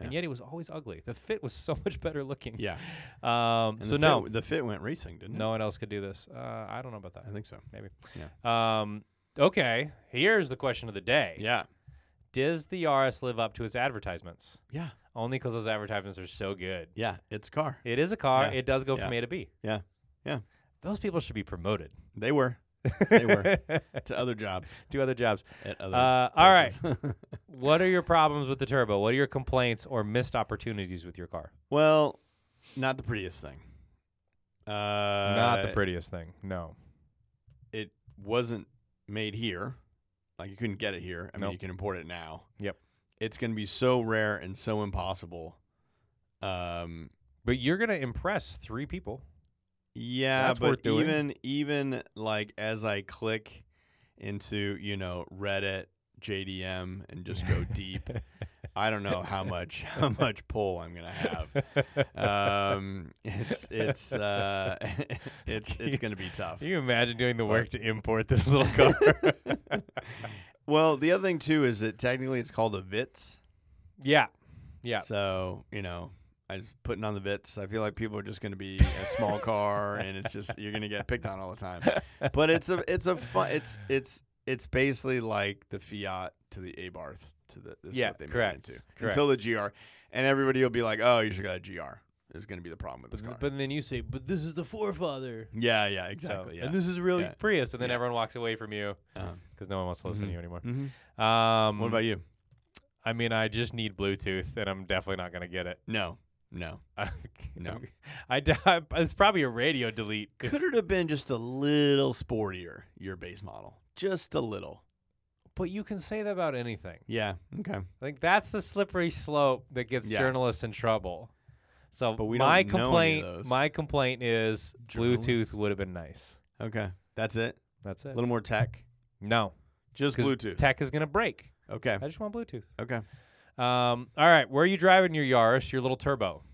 Speaker 1: And
Speaker 2: Yeah.
Speaker 1: yet it was always ugly. The fit was so much better looking.
Speaker 2: Yeah.
Speaker 1: Um,
Speaker 2: And
Speaker 1: so
Speaker 2: the
Speaker 1: no,
Speaker 2: Fit, the Fit went racing, didn't it?
Speaker 1: no one else could do this. Uh, I don't know about
Speaker 2: I think so.
Speaker 1: that. Um, okay, here's the question of the day.
Speaker 2: Yeah.
Speaker 1: Does the RS live up to its advertisements?
Speaker 2: Yeah.
Speaker 1: Only because those advertisements are so good.
Speaker 2: Yeah. It's a car.
Speaker 1: It is a car.
Speaker 2: Yeah.
Speaker 1: It does go from
Speaker 2: Yeah.
Speaker 1: A to B.
Speaker 2: Yeah. Yeah.
Speaker 1: Those people should be promoted.
Speaker 2: They were They were. to other jobs
Speaker 1: do other jobs.
Speaker 2: at other.
Speaker 1: Uh, all right.
Speaker 2: places.
Speaker 1: What are your problems with the turbo? What are your complaints or missed opportunities with your car?
Speaker 2: well, not the prettiest thing. Uh, not
Speaker 1: Not the prettiest thing. No.
Speaker 2: It wasn't made here. Like you couldn't get it here. I mean,
Speaker 1: Nope.
Speaker 2: you can import it now.
Speaker 1: Yep.
Speaker 2: It's going to be so rare and so impossible. Um.
Speaker 1: But you're gonna impress three people.
Speaker 2: Yeah,
Speaker 1: That's
Speaker 2: but
Speaker 1: worth doing.
Speaker 2: even even like as I click into you know Reddit, JDM, and just go deep, I don't know how much how much pull I'm gonna have. Um, it's it's uh, it's it's gonna be tough.
Speaker 1: Can you imagine doing
Speaker 2: uh,
Speaker 1: the work to import this little car?
Speaker 2: Well, the other thing too is that technically it's called a VITS,
Speaker 1: yeah. Yeah.
Speaker 2: so you know. I just putting on the vits. I feel like people are just going to be a small car, and it's just you're going to get picked on all the time. but it's a it's a fun it's it's it's basically like the Fiat to the Abarth to the this is
Speaker 1: Yeah,
Speaker 2: what they made it
Speaker 1: correct,
Speaker 2: into.
Speaker 1: correct.
Speaker 2: until the GR, and everybody will be like, oh, you should got a GR. Is going to be the problem with this car.
Speaker 1: But, but then you say, but this is the forefather.
Speaker 2: yeah, yeah,
Speaker 1: So-
Speaker 2: exactly. yeah.
Speaker 1: And this is really
Speaker 2: Yeah.
Speaker 1: Prius. And then
Speaker 2: Yeah.
Speaker 1: everyone walks away from you
Speaker 2: Um,
Speaker 1: because no one wants to listen
Speaker 2: Mhm.
Speaker 1: to you anymore.
Speaker 2: mhm.
Speaker 1: Um,
Speaker 2: What about you?
Speaker 1: I mean, I just need Bluetooth and I'm definitely not going to get it.
Speaker 2: No, no. No.
Speaker 1: I, d- it's probably a radio delete. if-
Speaker 2: Could it have been just a little sportier your base model? Just a little.
Speaker 1: But you can say that about anything.
Speaker 2: Yeah. Okay.
Speaker 1: Like that's the slippery slope that gets
Speaker 2: Yeah.
Speaker 1: journalists in trouble. So
Speaker 2: But we
Speaker 1: my
Speaker 2: don't know any of
Speaker 1: complaint,
Speaker 2: those.
Speaker 1: my complaint is
Speaker 2: Journalists?
Speaker 1: Bluetooth would have been nice.
Speaker 2: Okay. That's it.
Speaker 1: That's
Speaker 2: A
Speaker 1: it.
Speaker 2: little more tech.
Speaker 1: No,
Speaker 2: Just
Speaker 1: 'cause
Speaker 2: Bluetooth.
Speaker 1: Tech is gonna break.
Speaker 2: okay.
Speaker 1: I just want Bluetooth.
Speaker 2: Okay.
Speaker 1: Um, all right, where are you driving your Yaris? Your little turbo.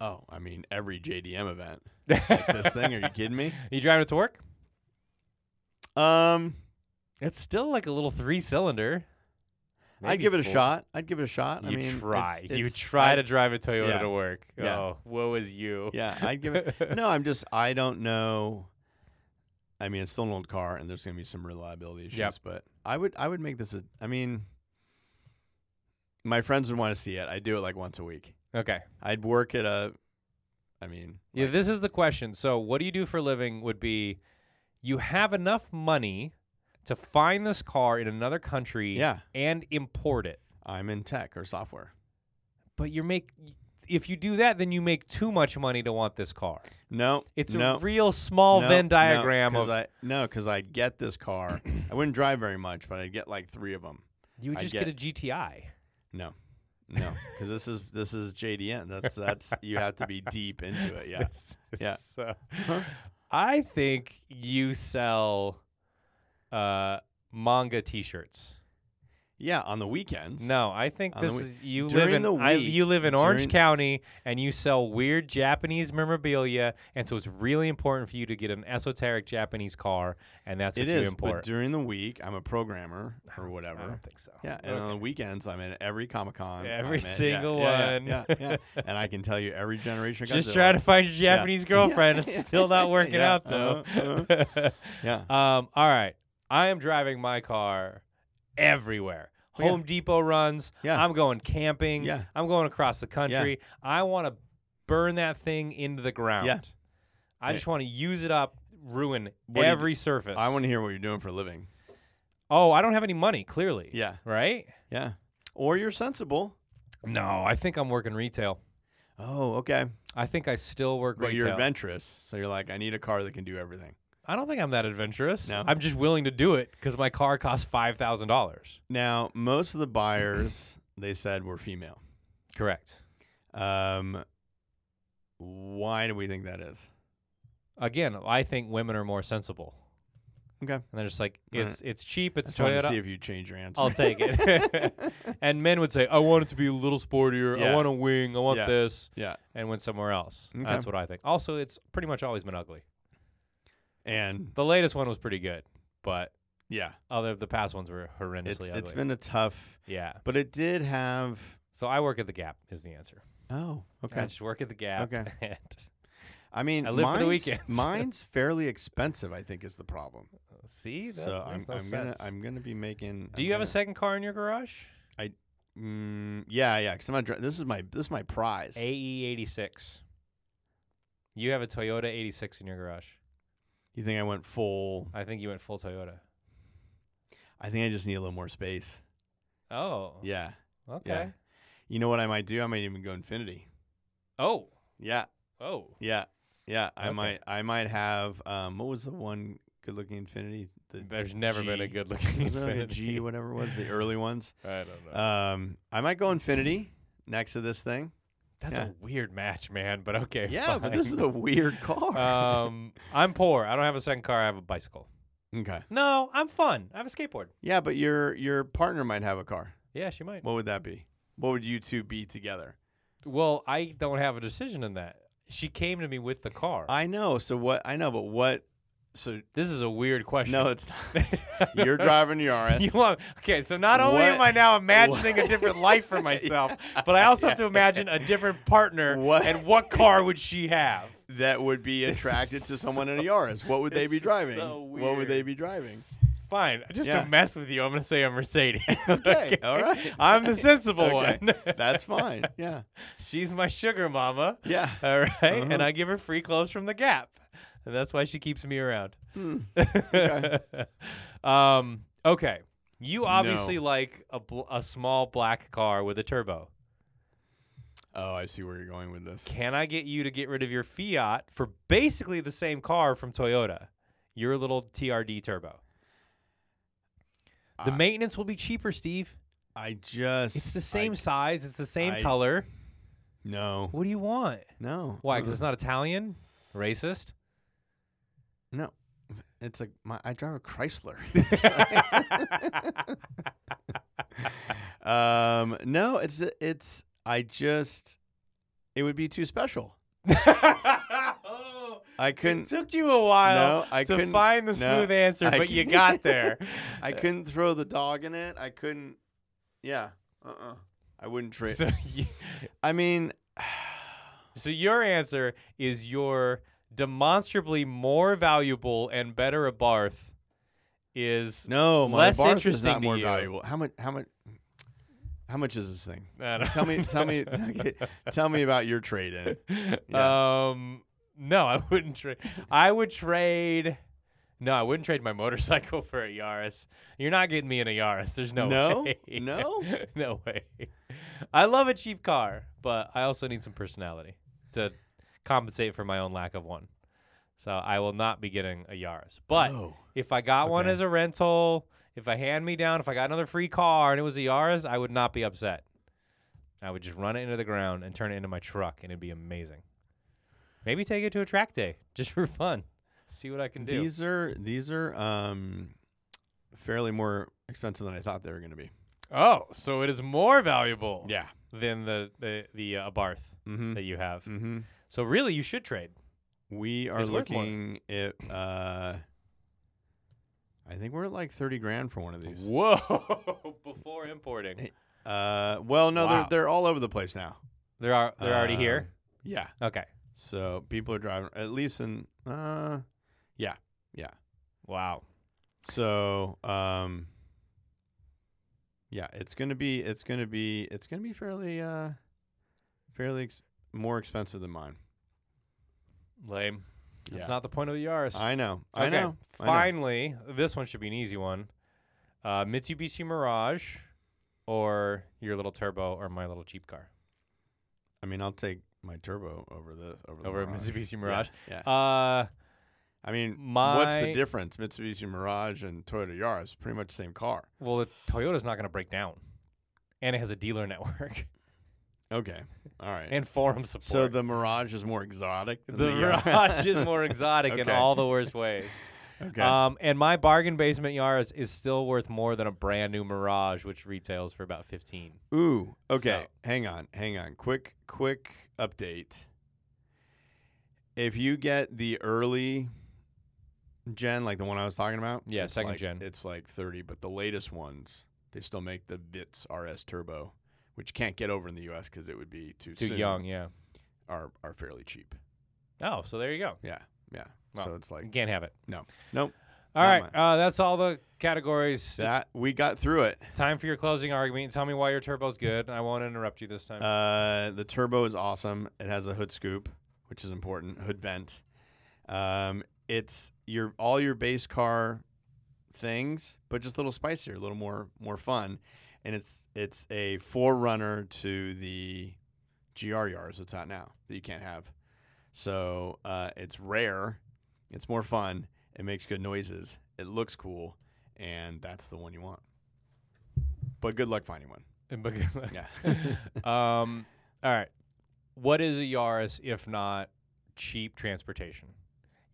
Speaker 2: Oh, I mean, every JDM event.
Speaker 1: Like
Speaker 2: This thing? Are you kidding me?
Speaker 1: you driving it to work?
Speaker 2: Um,
Speaker 1: It's still like a little three cylinder.
Speaker 2: I'd give it a shot. I'd give it a shot.
Speaker 1: You
Speaker 2: I mean,
Speaker 1: try.
Speaker 2: it's-
Speaker 1: you
Speaker 2: it's-
Speaker 1: try
Speaker 2: I-
Speaker 1: to drive a Toyota
Speaker 2: Yeah.
Speaker 1: to work.
Speaker 2: Yeah.
Speaker 1: Oh, woe is you.
Speaker 2: Yeah, I'd give it. No, I'm just. I don't know. I mean, it's still an old car, and there's going to be some reliability issues.
Speaker 1: Yep.
Speaker 2: But I would. I would make this. A, I mean, my friends would want to see it. I do it like once a week.
Speaker 1: Okay.
Speaker 2: I'd work at a. I mean,
Speaker 1: Yeah,
Speaker 2: like-
Speaker 1: this is the question. So, what do you do for a living? Would be you have enough money to find this car in another country
Speaker 2: yeah.
Speaker 1: and import it.
Speaker 2: I'm in tech or software.
Speaker 1: But you make if you do that, then you make too much money to want this car.
Speaker 2: No,
Speaker 1: It's
Speaker 2: no,
Speaker 1: a real small
Speaker 2: no,
Speaker 1: Venn
Speaker 2: no,
Speaker 1: diagram
Speaker 2: 'cause
Speaker 1: of
Speaker 2: I, no, because I'd get this car. I wouldn't drive very much, but I'd get like three of them.
Speaker 1: you would
Speaker 2: I
Speaker 1: just
Speaker 2: get-
Speaker 1: get, a GTI.
Speaker 2: No, no, because this is this is JDN. That's that's you have to be deep into it. Yeah,
Speaker 1: This
Speaker 2: Yeah.
Speaker 1: is, uh, I think you sell uh, manga T-shirts.
Speaker 2: Yeah, on the weekends.
Speaker 1: No, I think
Speaker 2: On the
Speaker 1: this
Speaker 2: wee-
Speaker 1: is you
Speaker 2: during
Speaker 1: live in
Speaker 2: the
Speaker 1: I,
Speaker 2: week,
Speaker 1: you live in Orange
Speaker 2: during-
Speaker 1: County and you sell weird Japanese memorabilia, and so it's really important for you to get an esoteric Japanese car, and that's what
Speaker 2: it
Speaker 1: you
Speaker 2: is. But
Speaker 1: import.
Speaker 2: during the week, I'm a programmer or
Speaker 1: I
Speaker 2: whatever.
Speaker 1: don't think so.
Speaker 2: Yeah, and uh, on
Speaker 1: Ah, Okay.
Speaker 2: the weekends, I'm in every Comic Con.
Speaker 1: Every single one.
Speaker 2: Yeah, yeah, and I can tell you every generation. of
Speaker 1: just
Speaker 2: Godzilla.
Speaker 1: trying to find your Japanese
Speaker 2: Yeah.
Speaker 1: girlfriend. It's still not working
Speaker 2: Yeah,
Speaker 1: out though.
Speaker 2: uh-huh, Yeah.
Speaker 1: um, all right, I am driving my car everywhere.
Speaker 2: Oh, yeah.
Speaker 1: Home Depot runs.
Speaker 2: Yeah.
Speaker 1: I'm going camping.
Speaker 2: Yeah.
Speaker 1: I'm going across the country. I want to burn that thing into the ground. I
Speaker 2: Yeah.
Speaker 1: just want to use it up, ruin
Speaker 2: What do you
Speaker 1: every surface.
Speaker 2: I want to hear what you're doing for a living.
Speaker 1: Oh, I don't have any money. Clearly.
Speaker 2: Yeah.
Speaker 1: Right?
Speaker 2: Yeah. Or you're sensible.
Speaker 1: No, I think I'm working retail.
Speaker 2: Oh, okay.
Speaker 1: I think I still work
Speaker 2: But
Speaker 1: retail.
Speaker 2: you're adventurous, so you're like, I need a car that can do everything.
Speaker 1: I don't think I'm that adventurous.
Speaker 2: No?
Speaker 1: I'm just willing to do it because my car costs five thousand dollars.
Speaker 2: Now, most of the buyers they said were female.
Speaker 1: Correct.
Speaker 2: Um, why do we think that is?
Speaker 1: Again, I think women are more sensible.
Speaker 2: Okay.
Speaker 1: And they're just like,
Speaker 2: All right.
Speaker 1: it's it's cheap, it's
Speaker 2: Just wanted to see
Speaker 1: Toyota.
Speaker 2: if you change your answer.
Speaker 1: I'll take it. and men would say, I want it to be a little sportier. I
Speaker 2: Yeah.
Speaker 1: want a wing. I want
Speaker 2: Yeah.
Speaker 1: this.
Speaker 2: yeah.
Speaker 1: And went somewhere else.
Speaker 2: Okay.
Speaker 1: That's what I think. Also, it's pretty much always been ugly.
Speaker 2: And
Speaker 1: The latest one was pretty good, but
Speaker 2: yeah,
Speaker 1: other the past ones were horrendously
Speaker 2: it's
Speaker 1: ugly.
Speaker 2: it's been a tough,
Speaker 1: yeah.
Speaker 2: but it did have.
Speaker 1: So I work at the Gap is the answer.
Speaker 2: Oh, okay.
Speaker 1: I just work at the Gap.
Speaker 2: Okay.
Speaker 1: and-
Speaker 2: I mean,
Speaker 1: I live for the
Speaker 2: mine's-
Speaker 1: weekends.
Speaker 2: mine's fairly expensive. I think is the problem.
Speaker 1: see, that makes
Speaker 2: so I'm,
Speaker 1: no
Speaker 2: I'm gonna
Speaker 1: sense.
Speaker 2: I'm gonna be making.
Speaker 1: Do you have a second car in your garage?
Speaker 2: a? Mm, yeah, yeah. Because I'm not. Dri- this is my this is my prize.
Speaker 1: AE86. E You have a Toyota 86 in your garage.
Speaker 2: You think I went full?
Speaker 1: I think you went full Toyota.
Speaker 2: I think I just need a little more space.
Speaker 1: Oh.
Speaker 2: Yeah.
Speaker 1: Okay.
Speaker 2: Yeah. You know what I might do? I might even go infinity.
Speaker 1: Oh.
Speaker 2: Yeah.
Speaker 1: Oh.
Speaker 2: Yeah. Yeah. I
Speaker 1: Okay.
Speaker 2: might I might have um what was the one good looking infinity? The
Speaker 1: There's never been a
Speaker 2: G-
Speaker 1: good looking
Speaker 2: was it like a
Speaker 1: Infinity.
Speaker 2: G whatever it was, the early ones.
Speaker 1: I don't know.
Speaker 2: Um I might go infinity next to this thing.
Speaker 1: That's
Speaker 2: yeah.
Speaker 1: a weird match, man, but okay.
Speaker 2: Yeah, but this
Speaker 1: fine.
Speaker 2: is a weird car.
Speaker 1: um, I'm poor. I don't have a second car. I have a bicycle.
Speaker 2: okay.
Speaker 1: No, I'm fun. I have a skateboard.
Speaker 2: Yeah, but your your partner might have a car.
Speaker 1: Yeah, she might.
Speaker 2: What would that be? What would you two be together?
Speaker 1: Well, I don't have a decision in that. She came to me with the car.
Speaker 2: I know. So what I know, but what so
Speaker 1: this is a weird question.
Speaker 2: no, it's not. You're driving your RS.
Speaker 1: You want, okay, so not only
Speaker 2: What-
Speaker 1: am I now imagining a different life for myself, but I also have to imagine a different partner
Speaker 2: What-
Speaker 1: and what car would she have?
Speaker 2: that would be attracted to someone in a Yaris. What would they
Speaker 1: it's
Speaker 2: be
Speaker 1: just
Speaker 2: driving?
Speaker 1: so
Speaker 2: What would they
Speaker 1: weird.
Speaker 2: be driving?
Speaker 1: Fine. Just
Speaker 2: Yeah.
Speaker 1: to mess with you, I'm going to say a Mercedes.
Speaker 2: Okay, all right.
Speaker 1: I'm the sensible
Speaker 2: Okay,
Speaker 1: one.
Speaker 2: That's fine. Yeah.
Speaker 1: She's my sugar mama.
Speaker 2: Yeah.
Speaker 1: All right? And
Speaker 2: Uh-huh.
Speaker 1: I give her free clothes from the Gap. And that's why she keeps me around.
Speaker 2: Hmm.
Speaker 1: okay. Um, okay. You obviously
Speaker 2: No.
Speaker 1: like a, bl- a small black car with a turbo.
Speaker 2: Oh, I see where you're going with this.
Speaker 1: Can I get you to get rid of your Fiat for basically the same car from Toyota? Your little TRD turbo. The
Speaker 2: I-
Speaker 1: maintenance will be cheaper, Steve.
Speaker 2: I just
Speaker 1: It's the
Speaker 2: I-
Speaker 1: same size, it's the same
Speaker 2: I-
Speaker 1: color.
Speaker 2: no.
Speaker 1: What do you want?
Speaker 2: No.
Speaker 1: Why? Because
Speaker 2: uh-uh.
Speaker 1: it's not Italian? Racist?
Speaker 2: no. It's like my I drive a Chrysler. um no, it's it's I just it would be too special.
Speaker 1: oh,
Speaker 2: I
Speaker 1: it
Speaker 2: couldn't
Speaker 1: took you a while
Speaker 2: No, I
Speaker 1: to
Speaker 2: couldn't-
Speaker 1: find the
Speaker 2: no,
Speaker 1: smooth answer,
Speaker 2: I
Speaker 1: but you
Speaker 2: couldn't-
Speaker 1: got there.
Speaker 2: I couldn't throw the dog in it. I couldn't. Yeah. Uh. uh I wouldn't trade.
Speaker 1: so, you,
Speaker 2: I mean,
Speaker 1: so your answer is your demonstrably more valuable and better a Barth is
Speaker 2: no. My
Speaker 1: Less
Speaker 2: Barth is
Speaker 1: interesting
Speaker 2: not
Speaker 1: to
Speaker 2: more
Speaker 1: you.
Speaker 2: valuable. How much? How much? How much is this thing?
Speaker 1: I don't
Speaker 2: Tell me. Tell me. tell me about your trade in it.
Speaker 1: Um, no, I wouldn't trade. I would trade. No, I wouldn't trade my motorcycle for a Yaris. You're not getting me in a Yaris. There's no,
Speaker 2: No?
Speaker 1: way.
Speaker 2: No?
Speaker 1: no way. I love a cheap car, but I also need some personality to compensate for my own lack of one. So I will not be getting a Yaris. But
Speaker 2: Oh.
Speaker 1: if I got one
Speaker 2: Okay.
Speaker 1: as a rental, if I hand me down, if I got another free car and it was a Yaris, I would not be upset. I would just run it into the ground and turn it into my truck, and it'd be amazing. Maybe take it to a track day just for fun. See what I can do.
Speaker 2: These are these are um fairly more expensive than I thought they were going to be.
Speaker 1: Oh, so it is more valuable
Speaker 2: Yeah.
Speaker 1: than the the the uh, Abarth
Speaker 2: Mm-hmm.
Speaker 1: that you have.
Speaker 2: Mm-hmm.
Speaker 1: So really, you should trade.
Speaker 2: We are
Speaker 1: It's worth more.
Speaker 2: looking at. Uh, I think we're at like thirty grand for one of these.
Speaker 1: Whoa! Before importing,
Speaker 2: Uh, well, no,
Speaker 1: Wow.
Speaker 2: they're they're all over the place now.
Speaker 1: they're are, they're already here.
Speaker 2: Um, Yeah.
Speaker 1: Okay.
Speaker 2: So people are driving at least in. Uh, yeah, yeah.
Speaker 1: Wow.
Speaker 2: So um, yeah, it's gonna be it's gonna be it's gonna be fairly uh, fairly ex- more expensive than mine.
Speaker 1: Lame. That's
Speaker 2: Yeah.
Speaker 1: not the point of the Yaris.
Speaker 2: I know. I
Speaker 1: okay.
Speaker 2: know. I know.
Speaker 1: Finally, this one should be an easy one. Uh, Mitsubishi Mirage, or your little turbo, or my little cheap car.
Speaker 2: I mean, I'll take my turbo over the over the
Speaker 1: Over a
Speaker 2: Mirage.
Speaker 1: Mitsubishi
Speaker 2: Yeah,
Speaker 1: Mirage.
Speaker 2: Yeah.
Speaker 1: Uh,
Speaker 2: I mean, what's
Speaker 1: my-
Speaker 2: the difference? Mitsubishi Mirage and Toyota Yaris, pretty much the same car.
Speaker 1: well, the Toyota's not going to break down, and it has a dealer network
Speaker 2: Okay. All right.
Speaker 1: and forum support.
Speaker 2: so the Mirage is more exotic.
Speaker 1: the,
Speaker 2: Than the, Yaris.
Speaker 1: Mirage is more exotic in
Speaker 2: Okay.
Speaker 1: all the worst ways.
Speaker 2: okay.
Speaker 1: Um, and my bargain basement Yaris is still worth more than a brand new Mirage, which retails for about fifteen.
Speaker 2: Ooh. Okay. Hang on. Hang on. Quick, quick update. If you get the early gen, like the one I was talking about,
Speaker 1: Yeah,
Speaker 2: it's
Speaker 1: second
Speaker 2: like-
Speaker 1: gen.
Speaker 2: it's like thirty. But the latest ones, they still make the Vitz RS Turbo, which you can't get over in the U.S. because it would be too
Speaker 1: Too
Speaker 2: soon,
Speaker 1: young, yeah.
Speaker 2: Are are fairly cheap.
Speaker 1: Oh, so there you go.
Speaker 2: Yeah. Yeah.
Speaker 1: Well,
Speaker 2: so it's
Speaker 1: You
Speaker 2: like
Speaker 1: can't have it.
Speaker 2: no, nope.
Speaker 1: All
Speaker 2: Not
Speaker 1: right,
Speaker 2: mine.
Speaker 1: uh, that's all the categories. It's
Speaker 2: That we got through it.
Speaker 1: time for your closing argument. Tell me why your turbo's good. I won't interrupt you this time.
Speaker 2: Uh, the turbo is awesome. It has a hood scoop, which is important. Hood vent. Um, it's your all your base car things, but just a little spicier, a little more more fun. And it's it's a forerunner to the GR Yaris that's out now that you can't have. So uh, it's rare. It's more fun. It makes good noises. It looks cool, and that's the one you want. But good luck finding one.
Speaker 1: But good luck.
Speaker 2: Yeah.
Speaker 1: um, all right. What is a Yaris if not cheap transportation?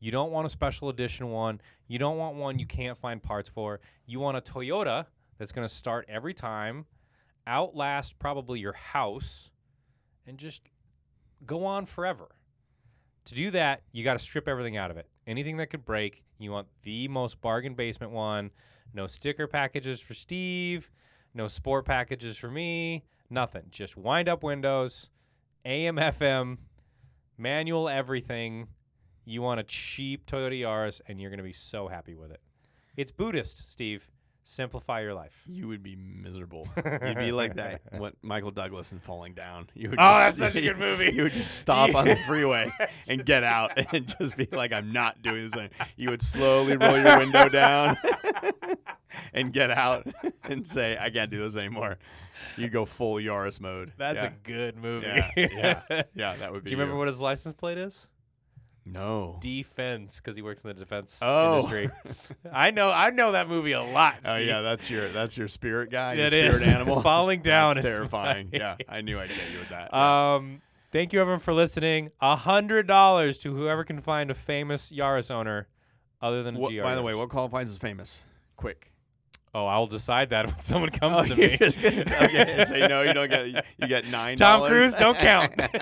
Speaker 1: You don't want a special edition one. You don't want one you can't find parts for. You want a Toyota that's going to start every time, outlast probably your house, and just go on forever. To do that, you got to strip everything out of it. Anything that could break, you want the most bargain basement one. No sticker packages for Steve, no sport packages for me, nothing. Just wind up windows, AM, FM, manual everything. You want a cheap Toyota Yaris, and you're going to be so happy with it. It's Buddhist, Steve. Simplify your life.
Speaker 2: You would be miserable. You'd be like that what Michael Douglas and falling down. You would
Speaker 1: Oh, that's such a good movie.
Speaker 2: You would just stop on the freeway and get out and just be like, I'm not doing this. anymore." You would slowly roll your window down and get out and say, I can't do this anymore. You go full Yaris mode.
Speaker 1: That's
Speaker 2: yeah.
Speaker 1: a good movie.
Speaker 2: yeah, yeah, yeah, that would be.
Speaker 1: Do you remember what his license plate is?
Speaker 2: No.
Speaker 1: Defense, because he works in the defense
Speaker 2: Oh.
Speaker 1: industry. I know, I know that movie a lot. Steve.
Speaker 2: Oh yeah, that's your that's your spirit guy.
Speaker 1: That
Speaker 2: your spirit
Speaker 1: is.
Speaker 2: animal
Speaker 1: Falling down
Speaker 2: That's
Speaker 1: is
Speaker 2: terrifying.
Speaker 1: my-
Speaker 2: Yeah, I knew I'd get you with that. yeah.
Speaker 1: Um, thank you everyone for listening. A hundred dollars to whoever can find a famous Yaris owner, other than a
Speaker 2: What-
Speaker 1: GR.
Speaker 2: by the way, what qualifies as famous? Quick.
Speaker 1: oh, I'll decide that when someone comes to
Speaker 2: you're
Speaker 1: me.
Speaker 2: Oh, just gonna say- okay, say no. You don't get. You get nine.
Speaker 1: Tom Cruise, don't count.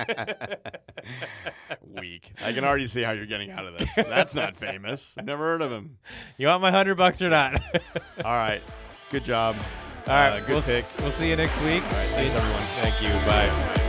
Speaker 2: Weak. I can already see how you're getting out of this. That's not famous. I've never heard of him.
Speaker 1: you want my hundred bucks or not? All
Speaker 2: All right. Good job. All
Speaker 1: right,
Speaker 2: Uh, good
Speaker 1: we'll, s-
Speaker 2: pick.
Speaker 1: We'll see you next week.
Speaker 2: All right. Thanks everyone.
Speaker 1: Thank you. Bye.